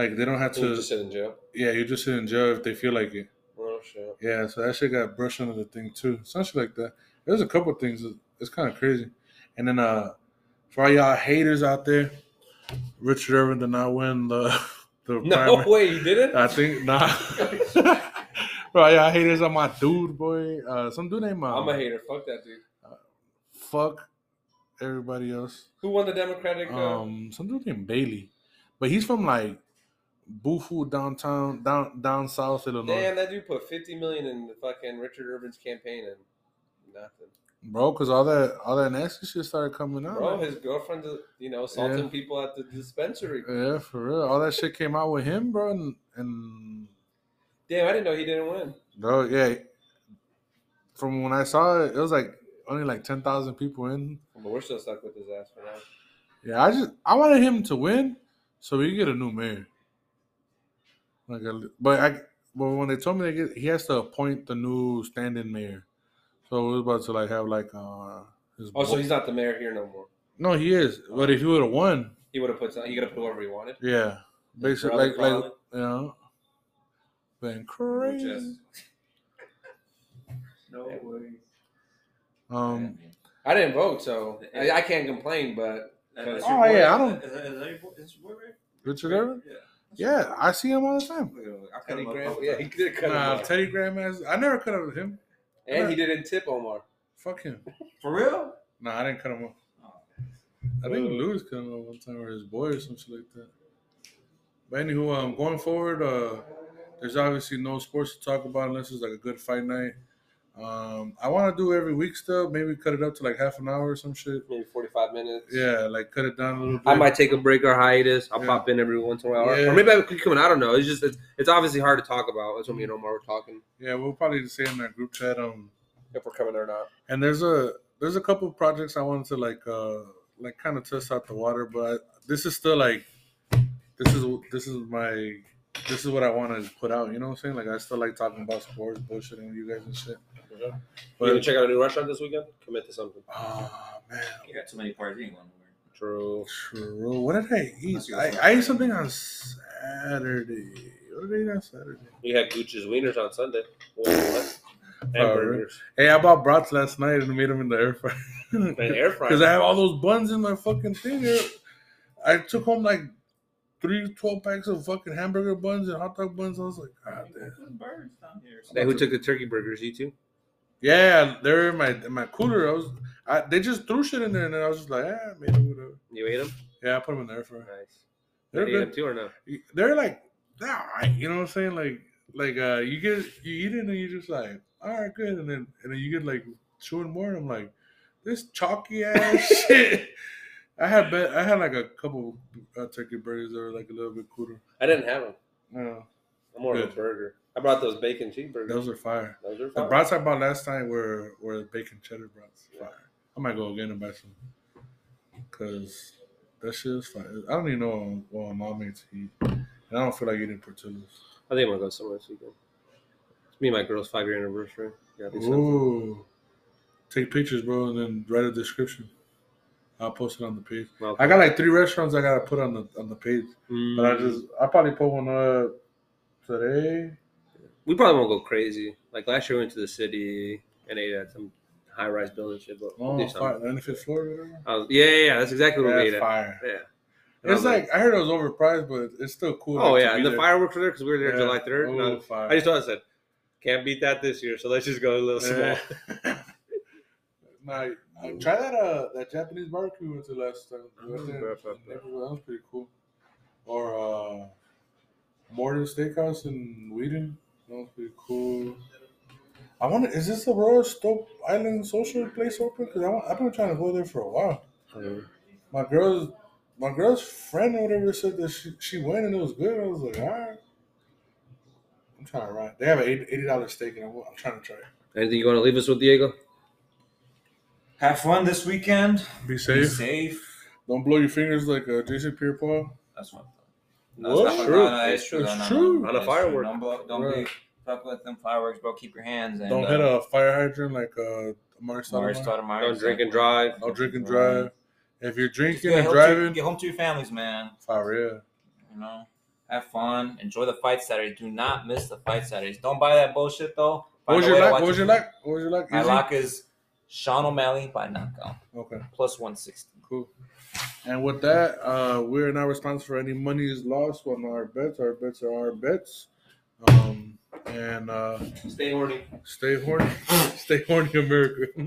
A: Like they don't have
C: You
A: to.
C: just sit in jail.
A: Yeah, you just sit in jail if they feel like it.
C: Oh shit.
A: Yeah, so that shit got brushed under the thing too. Some shit like that. There's a couple things. that- It's kind of crazy. And then uh, for all y'all haters out there, Richard Irvin did not win the *laughs* the
C: No
A: primary.
C: way, you didn't.
A: I think
C: *laughs*
A: nah. for all y'all haters, I'm my dude, boy. Uh, some dude named uh,
C: I'm a hater. Fuck that dude.
A: fuck everybody else.
C: Who won the Democratic? Uh,
A: Um, some dude named Bailey, but he's from like Bufu downtown down down south Illinois.
C: damn, that dude put 50 million in the fucking Richard Irvin's campaign and nothing.
A: Bro, cause all that all that nasty shit started
E: Oh,
A: coming out.
C: Bro,
A: man.
C: his girlfriend, you know, assaulting
A: Yeah.
C: people at the dispensary.
A: Yeah, for real. All that shit came out with him, bro, and, and
C: Damn, I didn't know he didn't win.
A: bro, yeah. From when I saw it, it was like only like ten thousand people in.
C: But we're still stuck with his ass for now.
A: Yeah, I just I wanted him to win so we could get a new mayor. Like, a- but I but when they told me they get, he has to appoint the new standing mayor, so we was about to like have like uh his
C: Oh, so
A: boy-
C: he's not the mayor here no more.
A: no he is, but if he would have won,
C: He would have put. He could have put whoever he wanted.
A: yeah, basically
C: brother
A: like like
C: probably.
A: you know, been
B: Which
A: crazy.
B: is- no way.
A: Um,
C: I didn't vote, so I, I can't complain. But
B: That's
A: Oh,
B: your boy.
A: yeah, I don't-
B: Is, is, is that your boy? Is this your boy right?
A: Richard Irvin?
B: Yeah.
A: Yeah, I see him all the time.
B: Look at him. I cut
C: Teddy
B: him up
C: Graham,
B: all the
C: yeah,
B: time.
C: he could have cut him
A: Nah,
C: off.
A: Teddy Graham has. I never cut up with him.
C: and he didn't tip Omar.
A: Fuck him.
B: For real?
A: Nah, I didn't cut him off.
B: Oh.
A: I think Lewis cut him off one time or his boy or some shit like that. But anywho, um, going forward, uh, there's obviously no sports to talk about unless it's like a good fight night. Um, I want to do every week stuff. Maybe cut it up to like half an hour or some shit.
C: Maybe forty-five minutes.
A: Yeah, like cut it down a little bit.
E: I might take a break or hiatus. I'll
A: Yeah.
E: pop in every once in a while, Or-
A: Yeah.
E: or maybe I could come in. I don't know. It's just it's, it's obviously hard to talk about. That's what me and Omar were talking.
A: Yeah, we'll probably just say in that group chat. Um,
C: If we're coming or not.
A: and there's a there's a couple projects I wanted to like uh like kind of test out the water, but this is still like this is this is my this is what I want to put out. You know what I'm saying? Like I still like talking about sports, bullshitting with you guys and shit.
E: Mhm. you gonna
A: But
E: check out a new restaurant this weekend? Commit to something.
A: ah man,
B: You got too many parties. You ain't going nowhere.
E: True.
A: true. What did I eat?
B: Unless you
A: I,
B: go
A: I ate something on Saturday. What did I eat on Saturday?
E: You had Gucci's wieners on Sunday.
A: *laughs*
E: What? And
A: Oh,
E: burgers.
A: Hey, I bought brats last night and made them in the air fryer. *laughs*
E: And air
A: Because
E: fryer.
A: I have all those buns in my fucking thing. Here. I took home like three 12 packs of fucking hamburger buns and hot dog buns. I was like, God damn.
B: There's birds down here.
E: Hey, who took the turkey burgers? You two?
A: Yeah, they're in my in my cooler. I was, I, they just threw shit in there, and then I was just like, ah, maybe whatever.
E: You ate them?
A: Yeah, I put them in there for.
E: Nice.
A: They're
E: You ate them
A: good.
E: too or no?
A: They're like, they're all right. You know what I'm saying? Like, like uh, you get you eat it, and you just like, all right, good, and then and then you get like chewing more, and I'm like, this chalky ass shit. I had bet I had like a couple uh, turkey burgers that were like a little bit cooler.
C: I didn't have them.
A: No,
C: I'm more of a
A: Good.
C: burger. I brought those bacon cheeseburgers.
A: those are fire.
C: Those are
A: The
C: fine.
A: brats I bought last night were were bacon cheddar brats. Fire. I might go again and buy some because that shit is fire. I don't even know what my mom made to eat, and I don't feel like eating portillos.
E: I think I'm gonna go somewhere this weekend. It's me and my girl's five year anniversary. Yeah,
A: Ooh. Take pictures, bro, and then write a description. I'll post it on the page.
E: Well,
A: I got like three restaurants I gotta put on the on the page,
E: mm,
A: but I just I probably put one up today.
E: we probably won't go crazy. Like last year, we went to the city and ate at some high rise building shit. But we'll do
A: Oh,
E: something.
A: fire, 95th floor. or whatever.
E: I was, yeah, yeah, yeah, that's exactly what we ate
A: That's
E: at.
A: fire.
E: Yeah. And I
A: It's
E: was
A: like I heard it was overpriced, but it's still cool.
E: oh
A: like, to
E: yeah,
A: be
E: and the
A: there.
E: fireworks were there because we were there
A: Yeah.
E: July third. and I-
A: Oh, fire.
E: I just thought I said, can't beat that this year, so let's just go a little small.
A: Yeah. Eh. *laughs* Nah, I- try that uh that Japanese barbecue we went to last time.
E: Mm-hmm.
A: We went there in the neighborhood. That was pretty cool. Or uh Morton Steakhouse in Whedon. That was pretty cool. I wonder is this the Royal Stoke Island social place open? Because I want, I've been trying to go there for a while.
E: Mm-hmm.
A: My girl's my girl's friend or whatever said that she, she went and it was good. I was like, all right. I'm trying to ride. They have an eight- eighty dollar steak and I'm, I'm trying to try it.
E: Anything you want to leave us with, Diego?
B: Have fun this weekend.
A: Be
B: Be
A: safe.
B: safe.
A: Don't blow your fingers like uh, Jason Pierre-Paul.
B: That's what.
A: What?
B: That's not-
A: True.
B: no, no, it's true.
A: It's
B: No, no, no.
A: true.
E: On a
B: It's true.
E: firework.
B: Don't, bu- don't be
A: Right.
B: fuck with them fireworks, bro. Keep your hands and
A: Don't
B: uh,
A: hit a fire hydrant like uh, Amari
B: Mars
A: Stoudemire.
E: Don't drink and drive.
A: Don't drink and drive. If you're drinking
B: Get
A: and
B: home
A: driving,
B: To, get home to your families, man.
A: fire yeah.
B: You know, have fun. Enjoy the fight Saturday. Do not miss the fight Saturdays. Don't buy that bullshit though.
A: What
B: Find
A: was
B: a
A: your
B: way to
A: lock?
B: watch
A: What was
B: it.
A: your lock? What was your lock?
B: My
A: Easy?
B: lock is Sean O'Malley by knockout
A: Okay,
B: plus one sixty.
A: cool. And with that, uh, we're not responsible for any money is lost on our bets. Our bets are our bets. Um, and uh,
E: Stay horny.
A: *laughs* stay horny. stay horny, America.